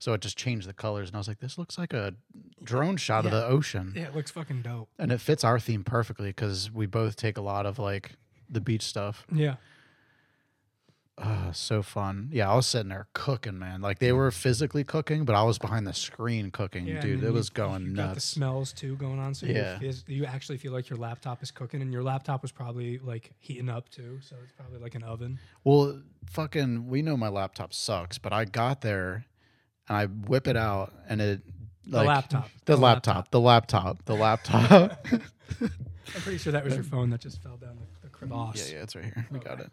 A: So it just changed the colors, and I was like, "This looks like a drone shot
B: Yeah.
A: of the ocean."
B: Yeah, it looks fucking dope.
A: and it fits our theme perfectly because we both take a lot of like the beach stuff.
B: Yeah.
A: Ah, so fun. Yeah, I was sitting there cooking, man. Like they were physically cooking, but I was behind the screen cooking,
B: yeah and
A: dude.
B: then
A: It
B: you-
A: was
B: you
A: going
B: Got the
A: nuts.
B: smells too going on. So
A: Yeah.
B: yeah. you, fizz- you actually feel like your laptop is cooking and your laptop was probably like heating up too. So it's probably like an oven.
A: Well, fucking, we know my laptop sucks, but I got there and I whip it out and it like
B: laptop.
A: the,
B: The
A: laptop,
B: laptop.
A: the laptop, the laptop.
B: I'm pretty sure that was your phone that just fell down the, the crevasse.
A: yeah, yeah, it's right here. We got it.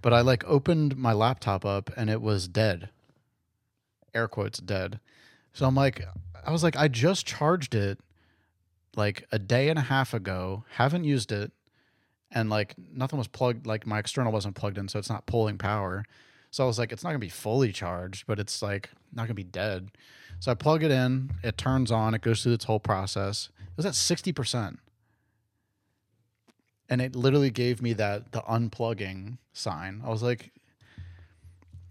A: But I like opened my laptop up and it was dead. Air quotes dead. So I'm like, I was like, I just charged it like a day and a half ago, haven't used it, and like nothing was plugged, like my external wasn't plugged in, so it's not pulling power. So I was like, it's not gonna be fully charged, but it's like not gonna be dead. So I plug it in, it turns on, it goes through its whole process. It was at 60%. And it literally gave me that the unplugging sign. I was like,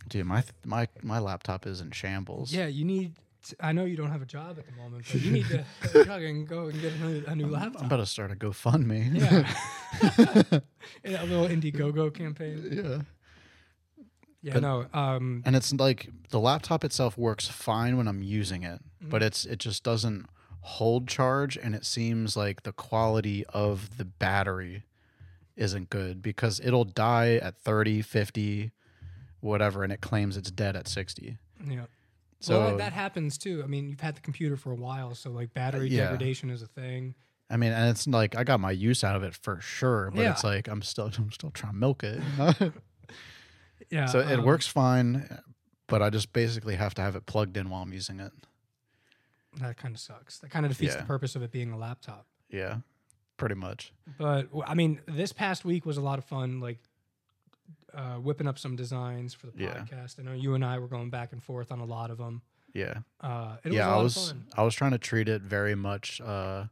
A: dude, my my my laptop is in shambles.
B: Yeah, you need. t I I know you don't have a job at the moment, but you need to fucking go and get a new, a new laptop.
A: I'm about to start a GoFundMe.
B: Yeah. a little Indiegogo campaign.
A: yeah.
B: Yeah,
A: But-
B: no. Um,
A: and it's like the laptop itself works fine when I'm using it,
B: Mm-hmm.
A: but it's it just doesn't hold charge, and it seems like the quality of the battery isn't good because it'll die at 30, 50, whatever, and it claims it's dead at 60.
B: Yeah.
A: So
B: well, that, that happens too. I mean, you've had the computer for a while, so like battery
A: Yeah.
B: degradation is a thing.
A: I mean, and it's like I got my use out of it for sure, but it's
B: Yeah.
A: like I'm still I'm still trying to milk it. you know?
B: Yeah.
A: so it
B: um,
A: works fine, but I just basically have to have it plugged in while I'm using it.
B: That kind of sucks. That kind of defeats
A: Yeah.
B: the purpose of it being a laptop.
A: Yeah, pretty much.
B: But w- I mean, this past week was a lot of fun, like uh, whipping up some designs for the
A: Yeah.
B: podcast. I know you and I were going back and forth on a lot of them.
A: Yeah,
B: Uh, it
A: yeah. I
B: was a lot
A: was
B: of fun.
A: I was trying to treat it very much uh,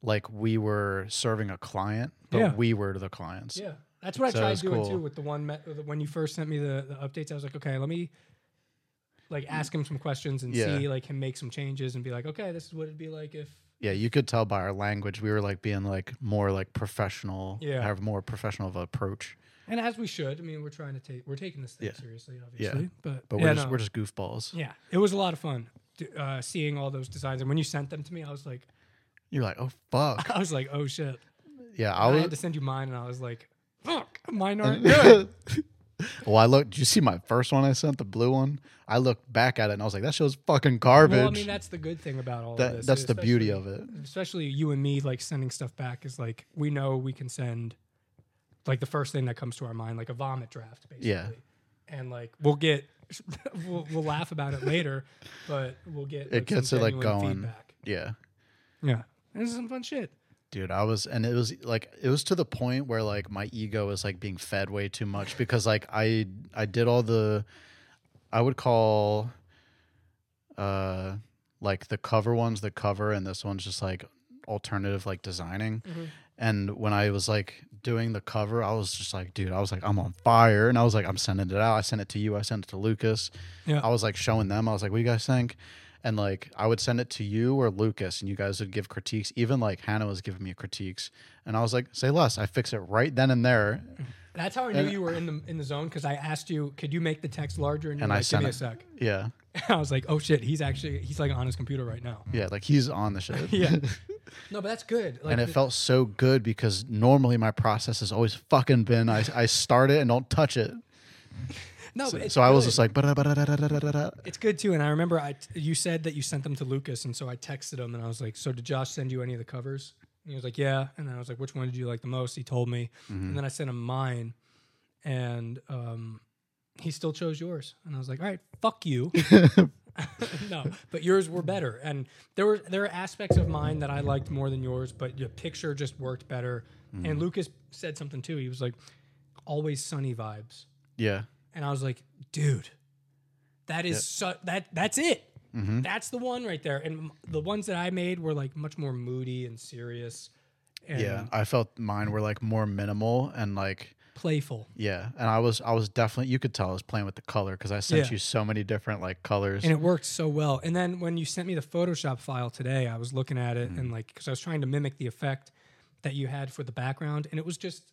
A: like we were serving a client, but
B: Yeah.
A: we were the clients.
B: Yeah, that's what
A: So
B: I
A: it
B: tried
A: was
B: doing
A: cool.
B: too with the one me- the- when you first sent me the, the updates. I was like, okay, let me like ask him some questions and
A: Yeah.
B: see like him make some changes and be like, okay, this is what it'd be like if
A: yeah, you could tell by our language we were like being like more like professional,
B: Yeah.
A: have more professional of approach.
B: and as we should. I mean, we're trying to take we're taking this thing
A: Yeah.
B: seriously, obviously. But
A: But
B: yeah,
A: we're just
B: no.
A: we're just goofballs.
B: yeah, it was a lot of fun d- uh, seeing all those designs. And when you sent them to me, I was like,
A: You're like, oh fuck,
B: I was like, oh shit.
A: yeah.
B: I,
A: I
B: had to
A: was.
B: send you mine, and I was like, fuck, mine aren't good.
A: well, I looked. Did you see my first one I sent, the blue one? I looked back at it and I was like, that show's fucking garbage.
B: Well, I mean, that's the good thing about all of
A: that,
B: this.
A: that's the beauty
B: especially-
A: of it.
B: especially you and me like sending stuff back is like we know we can send like the first thing that comes to our mind like a vomit draft basically
A: Yeah.
B: and like we'll get we'll, we'll laugh about it later but we'll get
A: It gets
B: some
A: it, like,
B: genuine
A: going.
B: feedback.
A: Yeah.
B: yeah this is some fun shit
A: Dude, I was, and it was like it was to the point where like my ego is like being fed way too much because like I I did all the, I would call, uh, like the cover ones the cover, and this one's just like alternative like designing. And when I was like doing the cover, I was just like, dude, I was like, I'm on fire, and I was like, I'm sending it out. I sent it to you. I sent it to Lucas.
B: Yeah.
A: I was like showing them. I was like, what do you guys think? and like I would send it to you or Lucas, and you guys would give critiques. Even like Hannah was giving me critiques, and I was like, "Say less." I fix it right then and there,
B: Mm-hmm. that's how I knew you were in the in the zone because I asked you, could you make the text larger? And you're
A: and I
B: like, give
A: sent
B: me a
A: it.
B: sec.
A: Yeah,
B: I was like, oh shit, he's actually he's like on his computer right now.
A: yeah, like he's on the shit.
B: Yeah. No, but that's good. Like,
A: and it felt so good because normally my process has always fucking been I, I start it and don't touch it.
B: no,
A: So,
B: but it's
A: so I was
B: good.
A: just like, "Ba-da-ba-da-da-da-da-da-da."
B: It's good too, and I remember I t- you said that you sent them to Lucas, and so I texted him, and I was like, "So did Josh send you any of the covers?" And he was like, "Yeah," and then I was like, "Which one did you like the most?" He told me, and then I sent him mine, and um, he still chose yours, and I was like, "All right, fuck you." no, but yours were better, and there were there are aspects of mine that I liked more than yours, but your picture just worked better. And Lucas said something too. He was like, "Always sunny vibes."
A: yeah,
B: and I was like, dude, that is so that that's it.
A: Mm-hmm.
B: That's the one right there. And m- the ones that I made were like much more moody and serious and
A: yeah. I felt mine were like more minimal and like
B: playful.
A: yeah, and I was I was definitely you could tell I was playing with the color because I sent
B: Yeah.
A: you so many different like colors.
B: And it worked so well. And then when you sent me the Photoshop file today, I was looking at it
A: Mm.
B: and like cuz I was trying to mimic the effect that you had for the background and it was just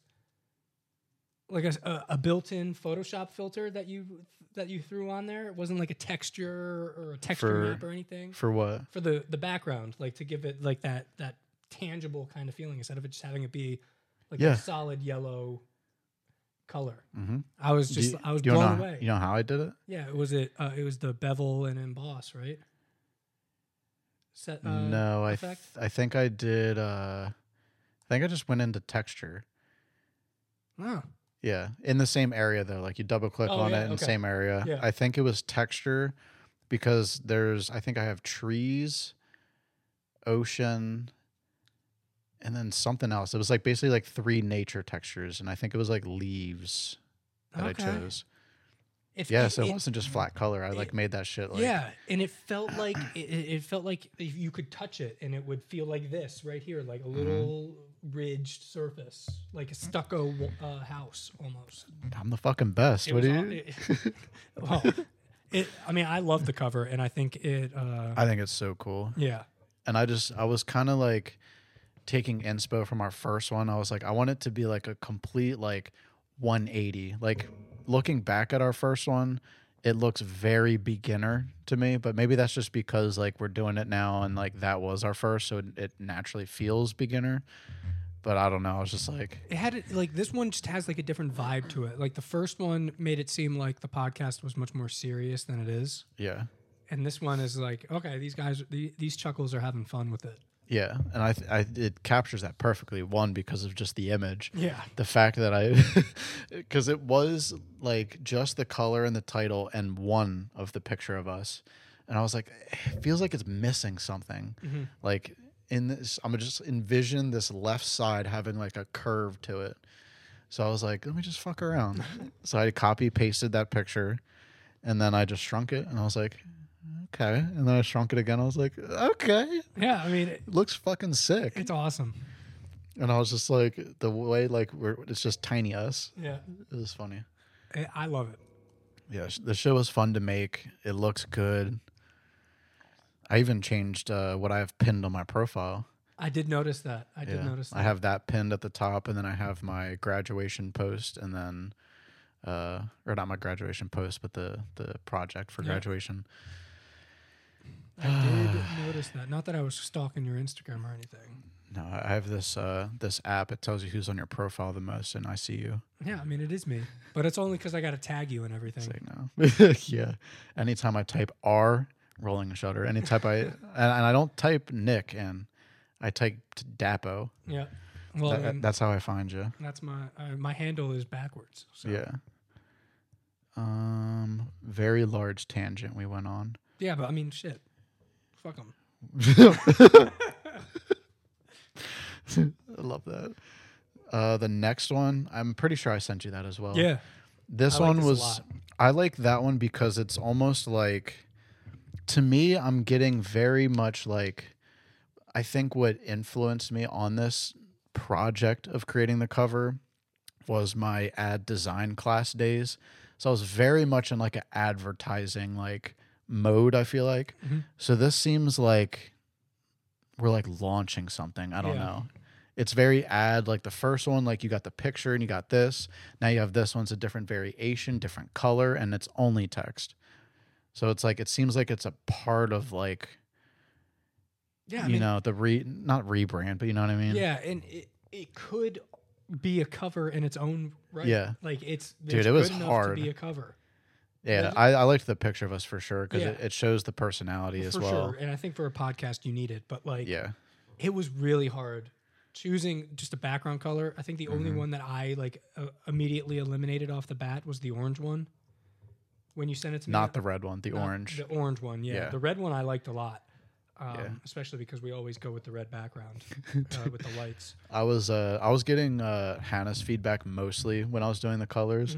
B: like a, s- a- a built-in Photoshop filter that you that you threw on there. It wasn't like a texture or a texture
A: For-
B: map or anything.
A: For what?
B: for the the background, like to give it like that that tangible kind of feeling instead of it just having it be like
A: Yeah.
B: a solid yellow color.
A: Mm-hmm.
B: I was just I was
A: you
B: blown
A: know,
B: away.
A: You know how I did it?
B: Yeah, it was it uh, it was the bevel and emboss, right? Set, uh,
A: no, I th-
B: effect?
A: I think I did. Uh, I think I just went into texture.
B: Oh,
A: Yeah, in the same area though. Like you double click
B: Oh,
A: on
B: yeah,
A: it in the
B: okay.
A: same area.
B: Yeah.
A: I think it was texture because there's. I think I have trees, ocean, and then something else. It was like basically like three nature textures, and I think it was like leaves that
B: okay.
A: I chose.
B: If-
A: Yeah, so it,
B: it-
A: wasn't just flat color. I like
B: it-
A: made that shit. Like,
B: yeah, and it felt like it, it it felt like if you could touch it, and it would feel like this right here, like a
A: Mm-hmm.
B: little ridged surface, like a stucco uh, house almost.
A: I'm the fucking best.
B: It
A: what
B: was
A: do you?
B: all- it- well, it, I mean, I love the cover, and I think it. Uh,
A: I think it's so cool.
B: yeah,
A: and I just I was kind of like taking inspo from our first one. I was like, I want it to be like a complete like 180. Like looking back at our first one, it looks very beginner to me. But maybe that's just because like we're doing it now and like that was our first, so it, it naturally feels beginner. but I don't know. I was just like,
B: It had it like this one just has like a different vibe to it. Like the first one made it seem like the podcast was much more serious than it is,
A: yeah,
B: and this one is like, okay, these guys, the, these chuckles are having fun with it.
A: yeah. And I, th- I it captures that perfectly. One because of just the image.
B: Yeah,
A: the fact that I, because it was like just the color and the title and one of the picture of us, and I was like, it feels like it's missing something. Like in this, I'm gonna just envision this left side having like a curve to it. So I was like, let me just fuck around. so I copy pasted that picture, and then I just shrunk it, and I was like, okay. And then I shrunk it again. I was like, okay,
B: yeah. I mean, it,
A: looks fucking sick.
B: it's awesome.
A: and I was just like, the way like we're it's just tiny us.
B: Yeah,
A: It was funny.
B: I- I love it.
A: Yeah, sh- the show was fun to make. It looks good. I even changed uh, what I have pinned on my profile.
B: I did notice that. I did
A: Yeah,
B: notice that.
A: I have that pinned at the top, and then I have my graduation post, and then, uh, or not my graduation post, but the the project for
B: Yeah.
A: graduation.
B: I did notice that. Not that I was stalking your Instagram or anything.
A: No, I I have this uh, this app. It tells you who's on your profile the most, and I see you.
B: Yeah, I mean it is me, but it's only because I got to tag you and everything.
A: It's like no, yeah. Anytime I type R, rolling shutter. Any type I and, and I don't type Nick in. I type Dapo.
B: Yeah. Well,
A: That- uh,
B: then
A: that's how I find you.
B: that's my uh, my handle is backwards. So.
A: Yeah. Um, very large tangent we went on.
B: Yeah, but I mean shit. Fuck them.
A: I love that. Uh, the next one, I'm pretty sure I sent you that as well.
B: Yeah. I
A: This
B: like
A: one
B: this a
A: was,
B: lot.
A: I like that one because it's almost like, to me, I'm getting very much like, I think what influenced me on this project of creating the cover was my ad design class days. So I was very much in like an advertising like mode, I feel like.
B: Mhm.
A: So this seems like we're like launching something. I don't
B: Yeah.
A: know. It's very ad like the first one, like you got the picture and you got this. Now you have this one's a different variation, different color, and it's only text. So it's like it seems like it's a part of like
B: Yeah. I
A: you
B: mean,
A: know the re not rebrand, but you know what I mean.
B: Yeah, and it it could be a cover in its own right.
A: Yeah.
B: Like it's,
A: Dude,
B: it's
A: it was
B: good enough
A: hard.
B: to be a cover
A: Yeah,
B: Yeah.
A: I, I liked the picture of us for sure because
B: Yeah.
A: it, it shows the personality as
B: for
A: well.
B: sure. And I think for a podcast you need it, but like
A: Yeah,
B: it was really hard choosing just a background color. I think the
A: Mm-hmm.
B: only one that I like uh, immediately eliminated off the bat was the orange one. When you sent it to me,
A: not the red one, the
B: not
A: orange.
B: Uh, the orange one. Yeah,
A: Yeah.
B: the red one I liked a lot, um,
A: Yeah.
B: especially because we always go with the red background uh, with the lights.
A: I was uh, I was getting uh, Hannah's feedback mostly when I was doing the colors,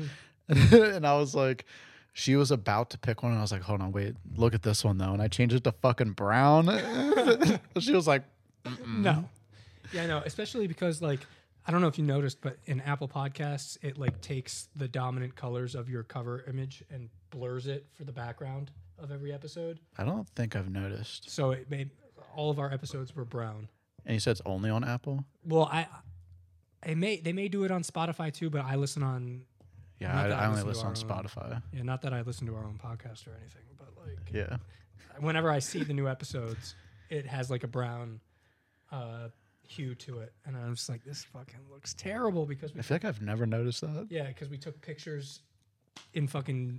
B: Mm-hmm.
A: and I was like, she was about to pick one, and I was like, hold on, wait, look at this one though, and I changed it to fucking brown. she was like, Mm-hmm.
B: No, yeah, no, especially because like I don't know if you noticed, but in Apple Podcasts, it like takes the dominant colors of your cover image and blurs it for the background of every episode.
A: I don't think I've noticed.
B: So it made all of our episodes were brown.
A: And you said it's only on Apple.
B: Well, I, I may they may do it on Spotify too, but I listen on
A: Yeah,
B: Not
A: I,
B: that I
A: I only
B: listen
A: listen
B: to
A: on
B: our own.
A: Spotify.
B: yeah, not that I listen to our own podcast or anything, but like
A: Yeah,
B: whenever I see the new episodes, it has like a brown uh, hue to it, and I'm just like, this fucking looks terrible because we
A: I feel like I've never noticed that.
B: yeah because we took pictures in fucking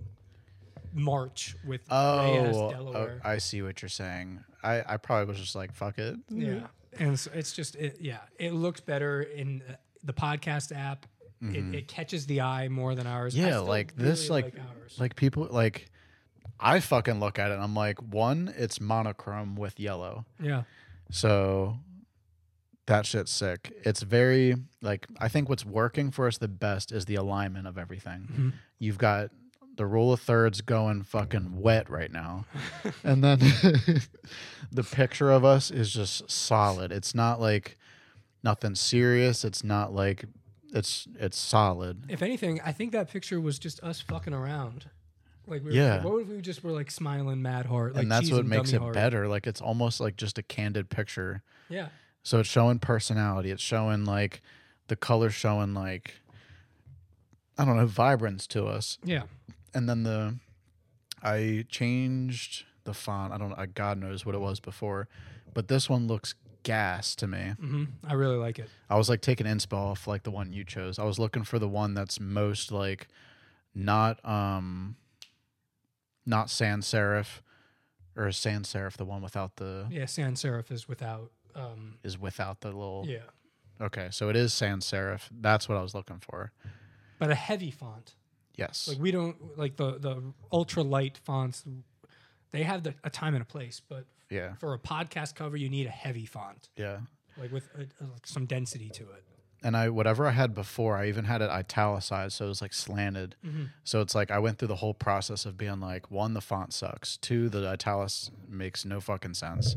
B: March with Ray
A: Oh,
B: ass
A: oh,
B: Delaware,
A: I see what you're saying. I, I probably was just like, fuck it.
B: yeah, and so it's just it, yeah, it looks better in uh, the podcast app. It, it catches the eye more than ours. I
A: Mm-hmm. Yeah,
B: still
A: like this,
B: really
A: like,
B: ours.
A: like people, like I fucking look at it and I'm like, one, it's monochrome with yellow.
B: yeah.
A: So that shit's sick. It's very, like, I think what's working for us the best is the alignment of everything. You've got the rule of thirds going fucking wet right now. and then the picture of us is just solid. It's not like nothing serious. It's not like, it's it's solid.
B: If anything, I think that picture was just us fucking around. Like, we were,
A: Yeah.
B: What if we just were like smiling mad hard? Like
A: and that's
B: cheese
A: what makes
B: dummy
A: it
B: hard.
A: better. Like it's almost like just a candid picture.
B: Yeah,
A: So it's showing personality. It's showing like the color showing like I don't know vibrance to us.
B: yeah.
A: And then the I changed the font. I don't I God knows what it was before, but this one looks gas to me.
B: hmm I really like it.
A: I was like taking inspo off like the one you chose. I was looking for the one that's most like not um not sans serif or is sans serif the one without the
B: Yeah, sans serif is without. Um,
A: is without the little
B: yeah,
A: Okay, so it is sans serif. That's what I was looking for.
B: but a heavy font.
A: Yes.
B: Like we don't like the the ultra light fonts. They have the, a time and a place, but
A: yeah.
B: for a podcast cover, you need a heavy font,
A: Yeah.
B: like with a, a, like some density to it.
A: and I whatever I had before, I even had it italicized, so it was like slanted.
B: Mm-hmm.
A: So it's like I went through the whole process of being like, one, the font sucks. Two, the italics makes no fucking sense.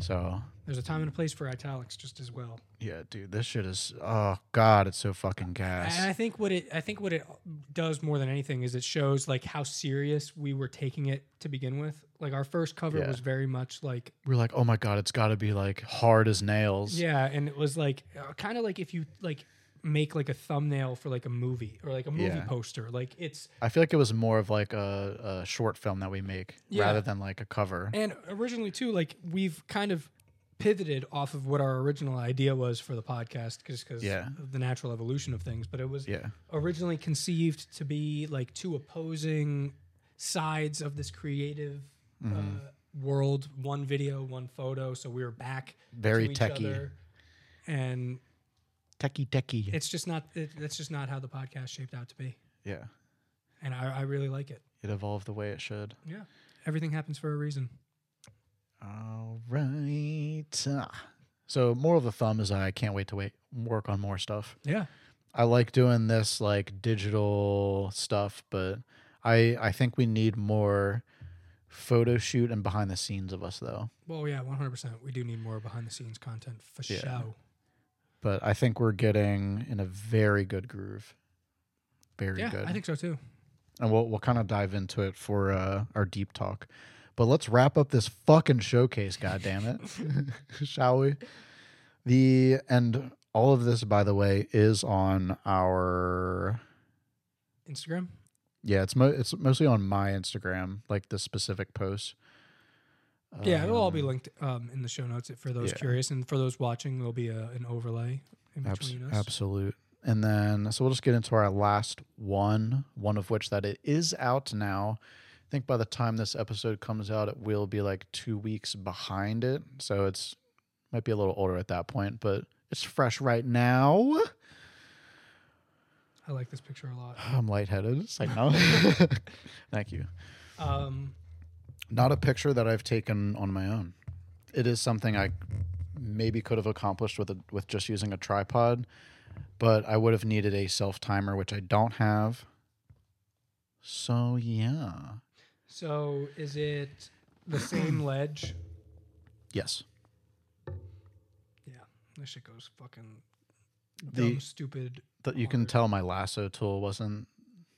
A: So
B: There's a time and a place for italics just as well.
A: yeah, dude, this shit is oh god, it's so fucking gas.
B: And I think what it I think what it does more than anything is it shows like how serious we were taking it to begin with. Like our first cover
A: Yeah.
B: was very much like
A: We're like, oh my god, it's got to be like hard as nails.
B: yeah, and it was like uh, kind of like if you like make like a thumbnail for like a movie or like a movie
A: Yeah.
B: poster. Like it's
A: I feel like it was more of like a, a short film that we make
B: Yeah.
A: rather than like a cover.
B: and originally too like we've kind of pivoted off of what our original idea was for the podcast just because
A: Yeah.
B: of the natural evolution of things but it was
A: yeah.
B: originally conceived to be like two opposing sides of this creative
A: Mm-hmm.
B: uh, world one video one photo so we were back
A: Very
B: to each
A: techie.
B: other. and
A: Techie techie.
B: it's just not it, that's just not how the podcast shaped out to be
A: yeah.
B: and I, I really like it
A: It evolved the way it should.
B: yeah everything happens for a reason
A: All right. Ah. So more of the thumb is I can't wait to wait work on more stuff.
B: yeah
A: I like doing this like digital stuff, but I I think we need more photo shoot and behind the scenes of us though.
B: well yeah 100% we do need more behind the scenes content for
A: Yeah.
B: show
A: But I think we're getting in a very good groove. Very
B: yeah
A: good.
B: i think so too
A: and we'll we'll kind of dive into it for uh, our deep talk. But let's wrap up this fucking showcase, goddammit. Shall we? The and all of this by the way is on our
B: instagram
A: yeah, it's mo- it's mostly on my Instagram, like the specific posts.
B: yeah it'll all be
A: Um,
B: linked um, in the show notes for those
A: yeah.
B: curious and for those watching there'll be a, an overlay in
A: Abs-
B: between us
A: Absolute. And then, so we'll just get into our last one, one of which that it is out now. I think by the time this episode comes out, it will be like two weeks behind it. So it's might be a little older at that point, but it's fresh right now.
B: I like this picture a lot.
A: I'm lightheaded. It's like, no. Thank you.
B: Um,
A: Not a picture that I've taken on my own. It is something I maybe could have accomplished with a, with just using a tripod, but I would have needed a self timer, which I don't have. So yeah,
B: so is it the same ledge?
A: yes,
B: Yeah, this shit goes fucking
A: The-
B: dumb, stupid.
A: that you can
B: Hard.
A: tell my lasso tool wasn't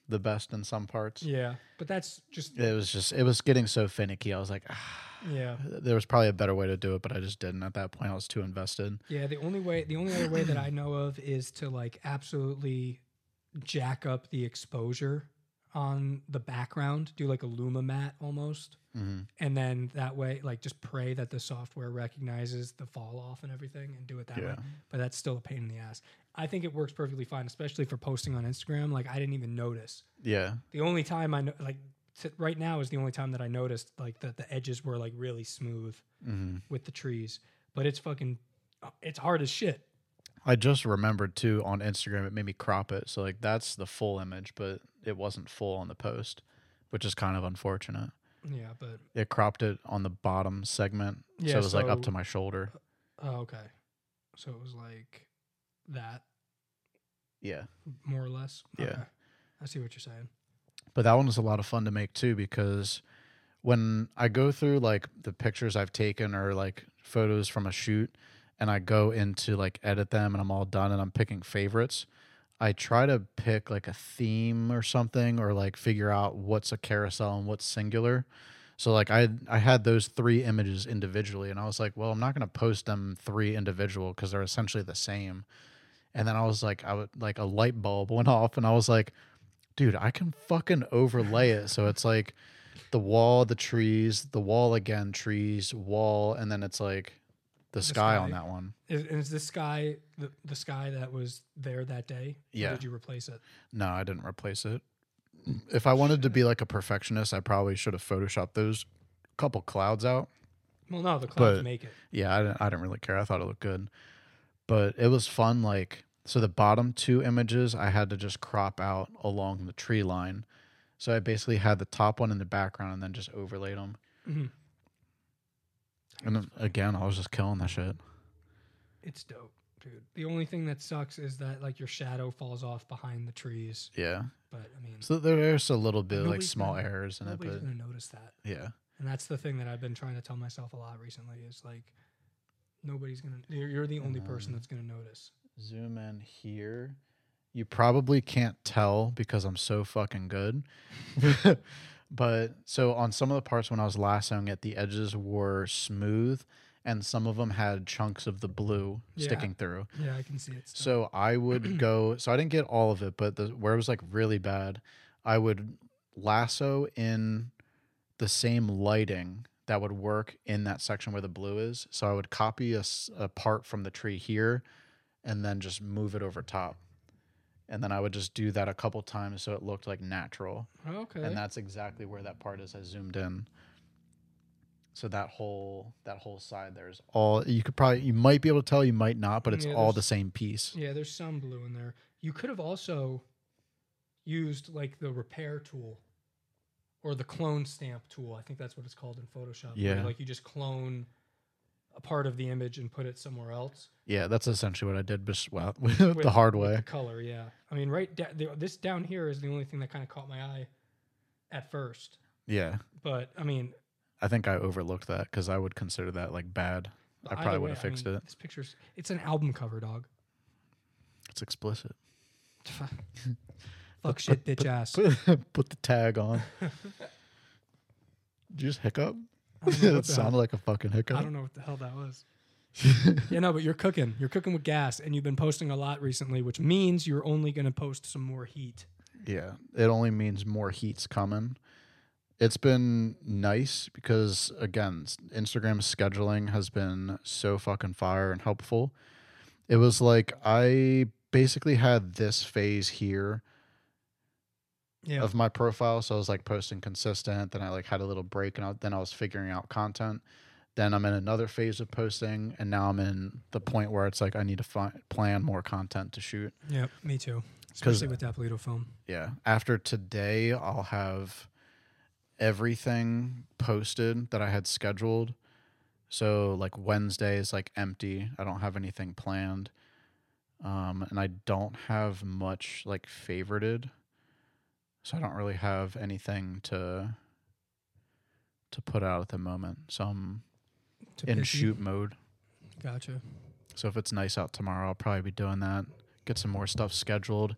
A: the best in some parts.
B: Yeah, but that's just
A: It was just it was getting so finicky. I was like, ah,
B: yeah,
A: there was probably a better way to do it, but I just didn't at that point. I was too invested.
B: yeah. The only way, the only other way that I know of is to like absolutely jack up the exposure on the background, do like a luma mat almost,
A: Mhm.
B: and then that way, like, just pray that the software recognizes the fall off and everything, and do it that way.
A: Yeah.
B: but that's still a pain in the ass. I think it works perfectly fine, especially for posting on Instagram. Like I didn't even notice.
A: Yeah.
B: The only time I know, like t- right now is the only time that I noticed like that the edges were like really smooth
A: hmm
B: with the trees. But it's fucking, it's hard as shit.
A: I just remembered too on Instagram it made me crop it. So like that's the full image, but it wasn't full on the post, which is kind of unfortunate.
B: Yeah, but
A: It cropped it on the bottom segment.
B: Yeah,
A: so it was like up
B: so-
A: to my shoulder.
B: oh, okay. So it was like that
A: Yeah.
B: more or less.
A: Yeah.
B: Okay. I see what you're saying.
A: But that one was a lot of fun to make too because when I go through like the pictures I've taken or like photos from a shoot and I go into like edit them and I'm all done and I'm picking favorites, I try to pick like a theme or something or like figure out what's a carousel and what's singular. So like I I had those three images individually and I was like, well, I'm not going to post them three individual cuz they're essentially the same. And then I was like I would like a light bulb went off and I was like, dude, I can fucking overlay it. So it's like the wall, the trees, the wall again, trees, wall, and then it's like the sky on
B: sky.
A: that one.
B: Is, and is this sky the, the sky that was there that day? Or
A: Yeah.
B: did you replace it?
A: No, I didn't replace it. If I wanted to be like a perfectionist, I probably should have photoshopped those couple clouds out.
B: Well, no, the clouds
A: But-
B: make it.
A: Yeah, I didn't, I didn't really care. I thought it looked good, but it was fun. Like so, the bottom two images I had to just crop out along the tree line. So I basically had the top one in the background and then just overlaid them.
B: Mhm.
A: And then, again, I was just killing that shit.
B: It's dope, dude. The only thing that sucks is that like your shadow falls off behind the trees.
A: Yeah.
B: But I mean,
A: So there- there's a little bit like
B: Nobody's
A: small
B: gonna-
A: errors in it,
B: nobody's
A: but
B: gonna notice that.
A: yeah,
B: And that's the thing that I've been trying to tell myself a lot recently is like, nobody's gonna. You're, you're the only person
A: Um,
B: that's gonna notice.
A: zoom in here. You probably can't tell because I'm so fucking good. but so on some of the parts when I was lassoing it, the edges were smooth and some of them had chunks of the blue
B: Yeah.
A: sticking through.
B: Yeah, I can see it. still.
A: So I would go, so I didn't get all of it, but the, where it was like really bad, I would lasso in the same lighting that would work in that section where the blue is. So I would copy a, s- a part from the tree here and then just move it over top. And then I would just do that a couple times so it looked like natural.
B: okay.
A: And that's exactly where that part is. I zoomed in. So that whole that whole side there is all you could probably you might be able to tell, you might not, but it's
B: Yeah,
A: all
B: there's-
A: the same piece.
B: Yeah, there's some blue in there. You could have also used like the repair tool or the clone stamp tool. I think that's what it's called in Photoshop. where,
A: Yeah.
B: like you just clone a part of the image and put it somewhere else.
A: Yeah, that's essentially what I did, but s- well,
B: with-
A: the hard
B: with
A: way.
B: the color, yeah. I mean, right da- the, this down here is the only thing that kind of caught my eye at first.
A: Yeah,
B: But I mean,
A: I think I overlooked that because I would consider that like bad. I
B: either
A: probably would
B: way,
A: have
B: I
A: fixed
B: mean,
A: it.
B: This picture's it's an album cover, dog.
A: It's explicit.
B: Fuck shit, bitch ass.
A: Put, put the tag on. did you just hiccup?
B: I don't know what
A: it
B: the hell-
A: sounded like a fucking
B: I
A: hiccup.
B: don't know what the hell that was. yeah, no, but you're cooking. You're cooking with gas, and you've been posting a lot recently, which means you're only going to post some more heat.
A: Yeah, it only means more heat's coming. It's been nice because again, s- Instagram scheduling has been so fucking fire and helpful. It was like I basically had this phase here
B: Yeah,
A: of my profile, so I was like posting consistent. Then I like had a little break, and I, then I was figuring out content. Then I'm in another phase of posting, and now I'm in the point where it's like I need to find plan more content to shoot.
B: yeah, me too.
A: 'Cause-
B: Especially with that Polito foam.
A: Yeah. After today, I'll have everything posted that I had scheduled. So like Wednesday is like empty. I don't have anything planned. Um, and I don't have much like favorited. So I don't really have anything to to put out at the moment. So I'm
B: to
A: in
B: busy.
A: shoot mode.
B: Gotcha.
A: So if it's nice out tomorrow, I'll probably be doing that. Get some more stuff scheduled.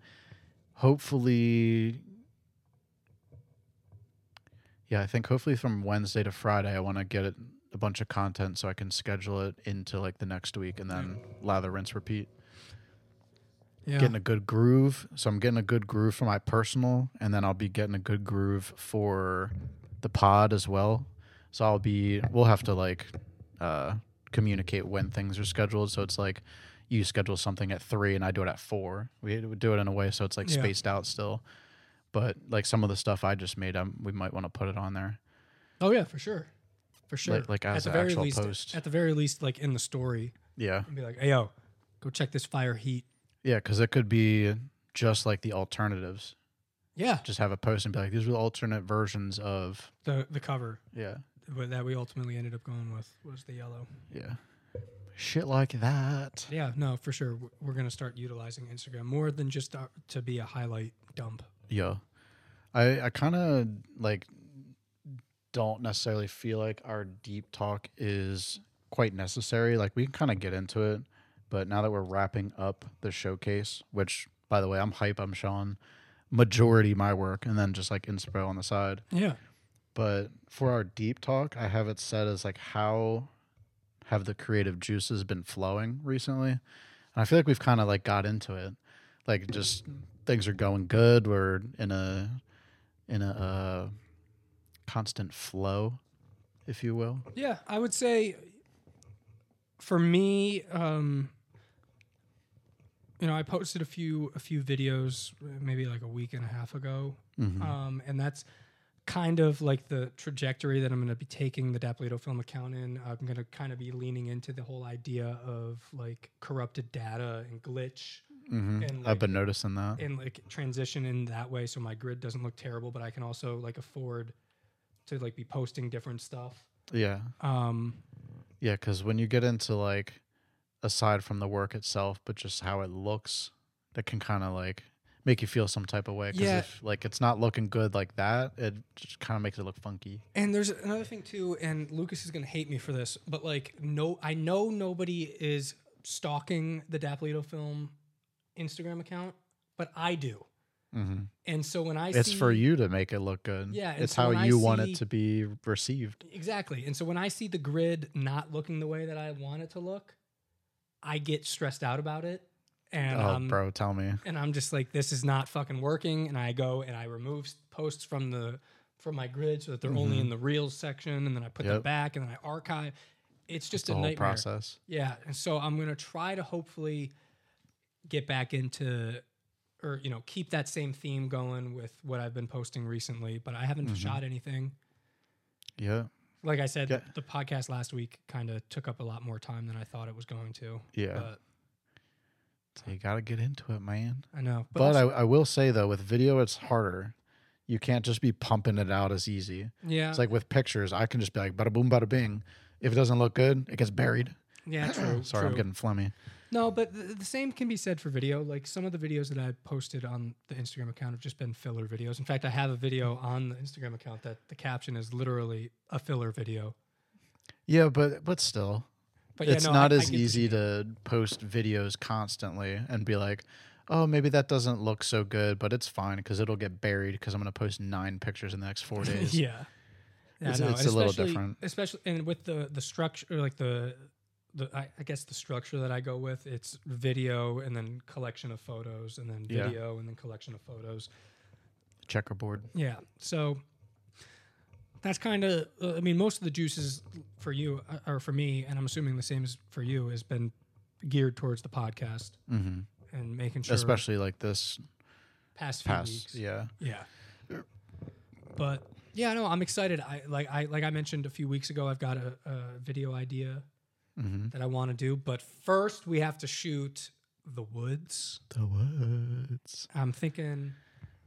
A: Hopefully, yeah, I think hopefully from Wednesday to Friday, I want to get it, a bunch of content so I can schedule it into like the next week and then lather, rinse, repeat.
B: Yeah.
A: Getting a good groove. So I'm getting a good groove for my personal, and then I'll be getting a good groove for the pod as well. So I'll be, we'll have to like uh, communicate when things are scheduled. So it's like you schedule something at three and I do it at four. We would do it in a way so it's like
B: Yeah.
A: spaced out still. But like some of the stuff I just made, i we might want to put it on there.
B: oh yeah, for sure, for sure.
A: like, as an actual
B: least,
A: post.
B: at the very least, like in the story,
A: Yeah.
B: and be like, "Hey yo, go check this fire heat."
A: Yeah. Cause it could be just like the alternatives.
B: Yeah,
A: Just have a post and be like, these are the alternate versions of.
B: the the cover
A: Yeah.
B: wh- that we ultimately ended up going with was the yellow.
A: Yeah. Shit like that.
B: Yeah, no, for sure. W- We're going to start utilizing Instagram more than just uh, to be a highlight dump.
A: Yeah. I I kind of like don't necessarily feel like our deep talk is quite necessary. Like we can kind of get into it, but now that we're wrapping up the showcase, which by the way, I'm hype, I'm Sean. Majority my work and then just like inspo on the side.
B: Yeah.
A: But for our deep talk, I have it set as like how have the creative juices been flowing recently? And I feel like we've kind of like got into it. Like just things are going good. We're in a in a uh, constant flow, if you will.
B: Yeah, I would say for me, um, you know, I posted a few a few videos uh, maybe like a week and a half ago, um, and that's kind of like the trajectory that I'm going to be taking the Dapolito Film account in. I'm going to kind of be leaning into the whole idea of like corrupted data and glitch,
A: Mhm.
B: and
A: I've
B: like,
A: been noticing that.
B: and like transition in that way, so my grid doesn't look terrible, but I can also like afford to like be posting different stuff.
A: yeah.
B: Um,
A: Yeah. Cause when you get into like, aside from the work itself, but just how it looks, that can kind of like make you feel some type of way. Cause
B: Yeah.
A: if like it's not looking good like that, it just kind of makes it look funky.
B: And there's another thing too, and Lucas is gonna hate me for this, but like, no, I know nobody is stalking the Dapolito film Instagram account, but I do.
A: hmm
B: And so when I
A: It's
B: see,
A: for you to make it look good.
B: Yeah, and
A: It's
B: so
A: how
B: when I
A: you want
B: see-
A: it to be received.
B: exactly. And so when I see the grid not looking the way that I want it to look, I get stressed out about it, and um,
A: oh,
B: I'm
A: bro, tell me.
B: and I'm just like, this is not fucking working. And I go and I remove s- posts from the from my grid so that they're only
A: Mhm.
B: in the reels section, and then I put them
A: Yep.
B: back, and then I archive. It's just
A: It's the
B: a
A: whole
B: nightmare.
A: process.
B: Yeah, and so I'm gonna try to hopefully get back into or you know keep that same theme going with what I've been posting recently, but I haven't
A: Mhm.
B: shot anything.
A: Yeah.
B: Like I said,
A: Yeah.
B: the podcast last week kind of took up a lot more time than I thought it was going to.
A: Yeah.
B: But
A: so you got to get into it, man.
B: I know.
A: But, I, I will say, though, with video, it's harder. You can't just be pumping it out as easy.
B: yeah,
A: It's like with pictures, I can just be like, bada boom, bada bing. If it doesn't look good, it gets buried.
B: yeah, true.
A: Sorry, I'm
B: true.
A: getting phlegmy.
B: No, but th- the same can be said for video. Like some of the videos that I posted on the Instagram account have just been filler videos. In fact, I have a video on the Instagram account that the caption is literally a filler video.
A: Yeah, but but still,
B: But
A: it's
B: yeah, no, I-
A: not
B: I
A: as
B: get-
A: easy to post videos constantly and be like, oh, maybe that doesn't look so good, but it's fine because it'll get buried because I'm gonna post nine pictures in the next four days.
B: yeah. Yeah,
A: It's-
B: no,
A: it's
B: and
A: a little
B: especially-
A: different.
B: Especially and with the the structure, or like the the I, I guess the structure that I go with, it's video and then collection of photos and then
A: Yeah.
B: video and then collection of photos.
A: Checkerboard.
B: Yeah. So that's kind of, uh, I mean, most of the juices for you, uh, or for me, and I'm assuming the same as for you, has been geared towards the podcast
A: hmm
B: and making sure
A: Especially like this
B: past few
A: past.
B: weeks.
A: Yeah.
B: Yeah. But yeah, no, I'm excited. I like I like I mentioned a few weeks ago. I've got a, a video idea
A: Mm-hmm.
B: that I want to do, but first we have to shoot the woods.
A: The woods.
B: I'm thinking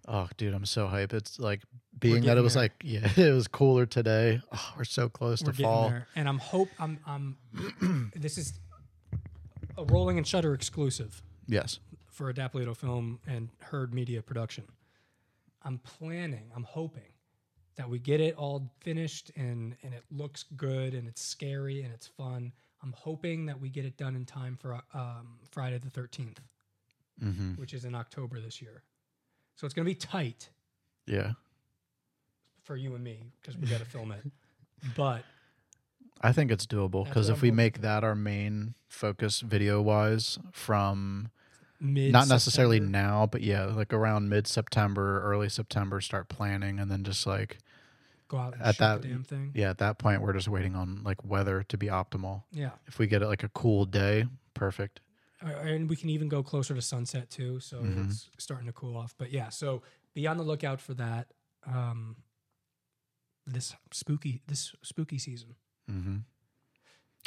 A: Oh, dude, I'm so hype. It's like being that it
B: getting
A: was
B: there.
A: like, yeah, it was cooler today. Oh, we're so close
B: we're
A: to
B: getting
A: fall.
B: there, and I'm hope I'm I'm. this is a Rolling and Shutter exclusive
A: Yes.
B: for Adapolito Film and Herd Media Production. I'm planning. I'm hoping that we get it all finished and and it looks good and it's scary and it's fun. I'm hoping that we get it done in time for um, Friday the 13th,
A: Mm-hmm.
B: which is in October this year. So it's gonna be tight
A: Yeah.
B: for you and me because we gotta film it. But
A: I think it's doable
B: That's
A: because
B: what
A: if
B: I'm
A: we
B: hoping
A: make that our main focus video wise from
B: mid
A: not necessarily
B: September-
A: now, but yeah, like around mid September, early September, start planning. And then just like,
B: go out and
A: at
B: shoot the
A: that-
B: damn thing.
A: yeah, at that point, we're just waiting on like weather to be optimal.
B: yeah.
A: If we get it like a cool day, perfect.
B: Uh, and we can even go closer to sunset too so
A: Mhm.
B: it's starting to cool off but yeah so be on the lookout for that um this spooky this spooky season
A: Mm-hmm.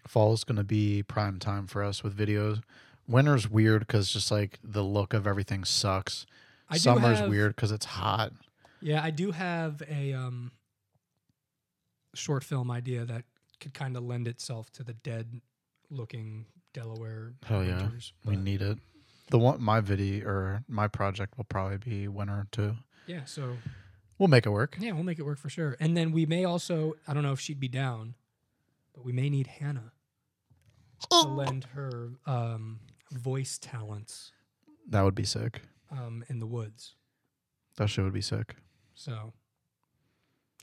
A: Fall's going to be prime time for us with videos. Winter's weird because just like the look of everything sucks.
B: I do
A: Summer's
B: have-
A: weird because it's hot.
B: yeah i do have a um short film idea that could kind of lend itself to the dead looking delaware
A: Hell yeah.
B: winters,
A: we
B: but-
A: need it. The one my video or my project will probably be winter too.
B: yeah so
A: We'll make it work.
B: yeah we'll make it work for sure and then we may also i don't know if she'd be down but we may need hannah to lend her um, voice talents
A: That would be sick.
B: um, in the woods.
A: That shit would be sick.
B: So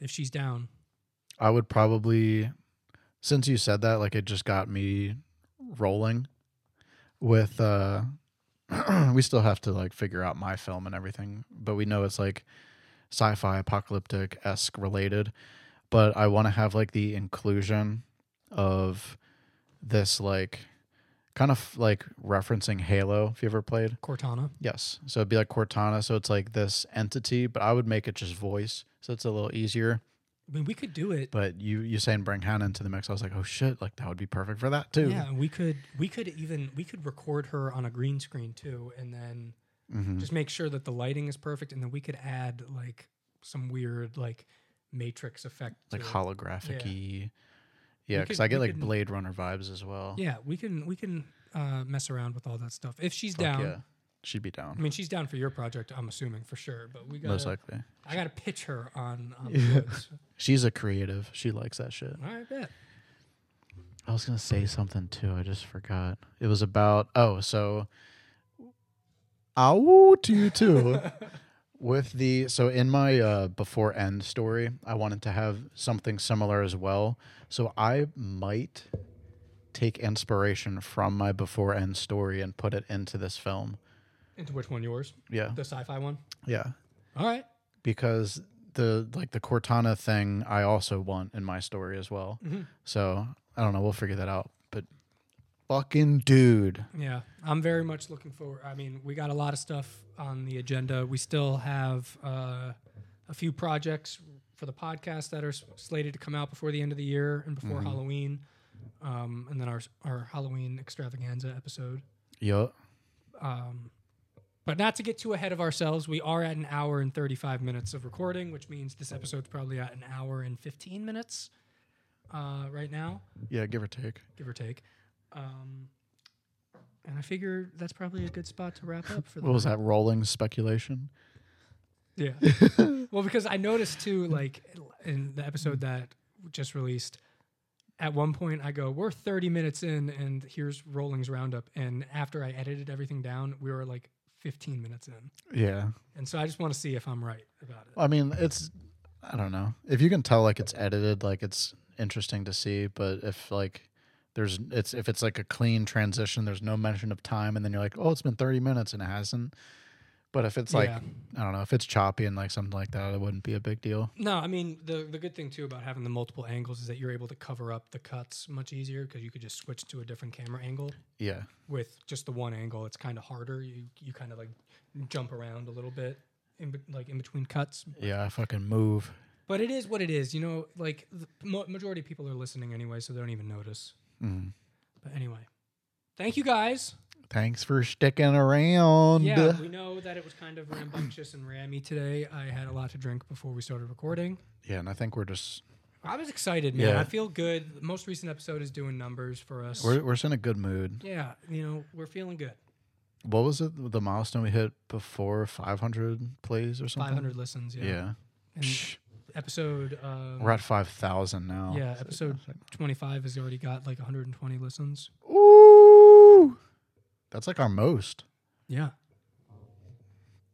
B: if she's down,
A: I would probably, since you said that, like it just got me rolling with, uh, we still have to like figure out my film and everything, but we know it's like sci fi apocalyptic esque related. But I want to have like the inclusion of this like kind of like referencing Halo. If you ever played,
B: Cortana.
A: yes. So it'd be like Cortana. So it's like this entity, but I would make it just voice, so it's a little easier.
B: I mean, we could do it.
A: But you you saying bring Hannah into the mix, I was like, oh shit, like that would be perfect for that too.
B: Yeah, and we could we could even we could record her on a green screen too, and then
A: Mhm.
B: just make sure that the lighting is perfect, and then we could add like some weird like matrix effect,
A: like
B: to it.
A: holographic-y. Yeah,
B: We
A: because
B: could-
A: I get
B: we
A: like
B: could-
A: Blade Runner vibes as well.
B: Yeah, we can we can uh, mess around with all that stuff if she's
A: Fuck
B: down.
A: yeah, she'd be
B: I
A: down
B: mean, she's down for your project, I'm assuming for sure. But we got
A: most likely.
B: I got to pitch her on. on the woods.
A: She's a creative. She likes that shit.
B: all right, bet.
A: I was gonna say something too. I just forgot. It was about oh, so ow to you too. With the so in my uh, before end story, I wanted to have something similar as well. So I might take inspiration from my before end story and put it into this film.
B: Into which one yours?
A: Yeah,
B: The sci-fi one.
A: yeah.
B: All right.
A: because the like the Cortana thing I also want in my story as well. So I don't know. We'll figure that out. But fucking dude,
B: Yeah, I'm very much looking forward. I mean, we got a lot of stuff on the agenda. We still have uh, a few projects for the podcast that are s- slated to come out before the end of the year and before
A: Mm-hmm.
B: Halloween, um, and then our our Halloween extravaganza episode.
A: yo,
B: Um, but not to get too ahead of ourselves, we are at an hour and 35 minutes of recording, which means this episode's probably at an hour and 15 minutes uh, right now
A: yeah, give or take.
B: give or take. Um, and I figure that's probably a good spot to wrap up for the
A: What was that? Rolling speculation.
B: yeah. well, because I noticed too, like in the episode that just released, at one point I go, "We're 30 minutes in, and here's Rolling's roundup." And after I edited everything down, we were like 15 minutes in.
A: Yeah,
B: And so I just want to see if I'm right about it.
A: I mean it's. I don't know if you can tell like it's edited, like it's interesting to see. But if like there's it's if it's like a clean transition, there's no mention of time, and then you're like, oh, it's been 30 minutes and it hasn't. But if it's like
B: Yeah.
A: I don't know if it's choppy and like something like that, it wouldn't be a big deal.
B: No, I mean the the good thing too about having the multiple angles is that you're able to cover up the cuts much easier because you could just switch to a different camera angle.
A: Yeah.
B: with just the one angle it's kind of harder you you kind of like jump around a little bit in be- like in between cuts
A: Yeah, I fucking move.
B: but it is what it is you know like the mo- majority of people are listening anyway so they don't even notice
A: Mm.
B: but anyway thank you guys
A: Thanks for sticking around.
B: yeah we know that it was kind of rambunctious and rammy today i had a lot to drink before we started recording
A: Yeah, and I think we're just
B: i was excited man
A: Yeah.
B: i feel good the most recent episode is doing numbers for us
A: we're we're just in a good mood.
B: yeah you know we're feeling good
A: What was it? The milestone we hit before 500 plays or something.
B: 500 listens yeah,
A: Yeah.
B: and
A: Psh,
B: episode um,
A: We're at 5,000 now.
B: Yeah, episode 25 has already got like 120 listens.
A: Ooh. That's like our most.
B: Yeah.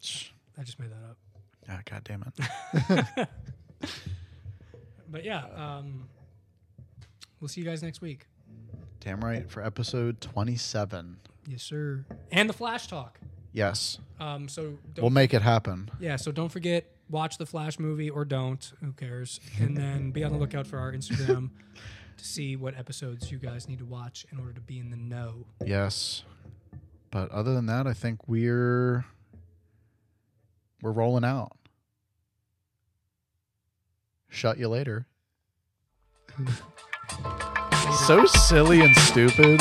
A: Psh,
B: I just made that up.
A: Ah, God damn it.
B: But yeah, um, we'll see you guys next week.
A: damn right for episode 27.
B: Yes, sir. And the Flash Talk.
A: Yes.
B: Um, so don't,
A: We'll make it happen.
B: yeah, so don't forget watch the Flash movie or don't, who cares? And then be on the lookout for our Instagram to see what episodes you guys need to watch in order to be in the know.
A: Yes. But other than that, I think we're we're rolling out. Shut you later. so silly and stupid.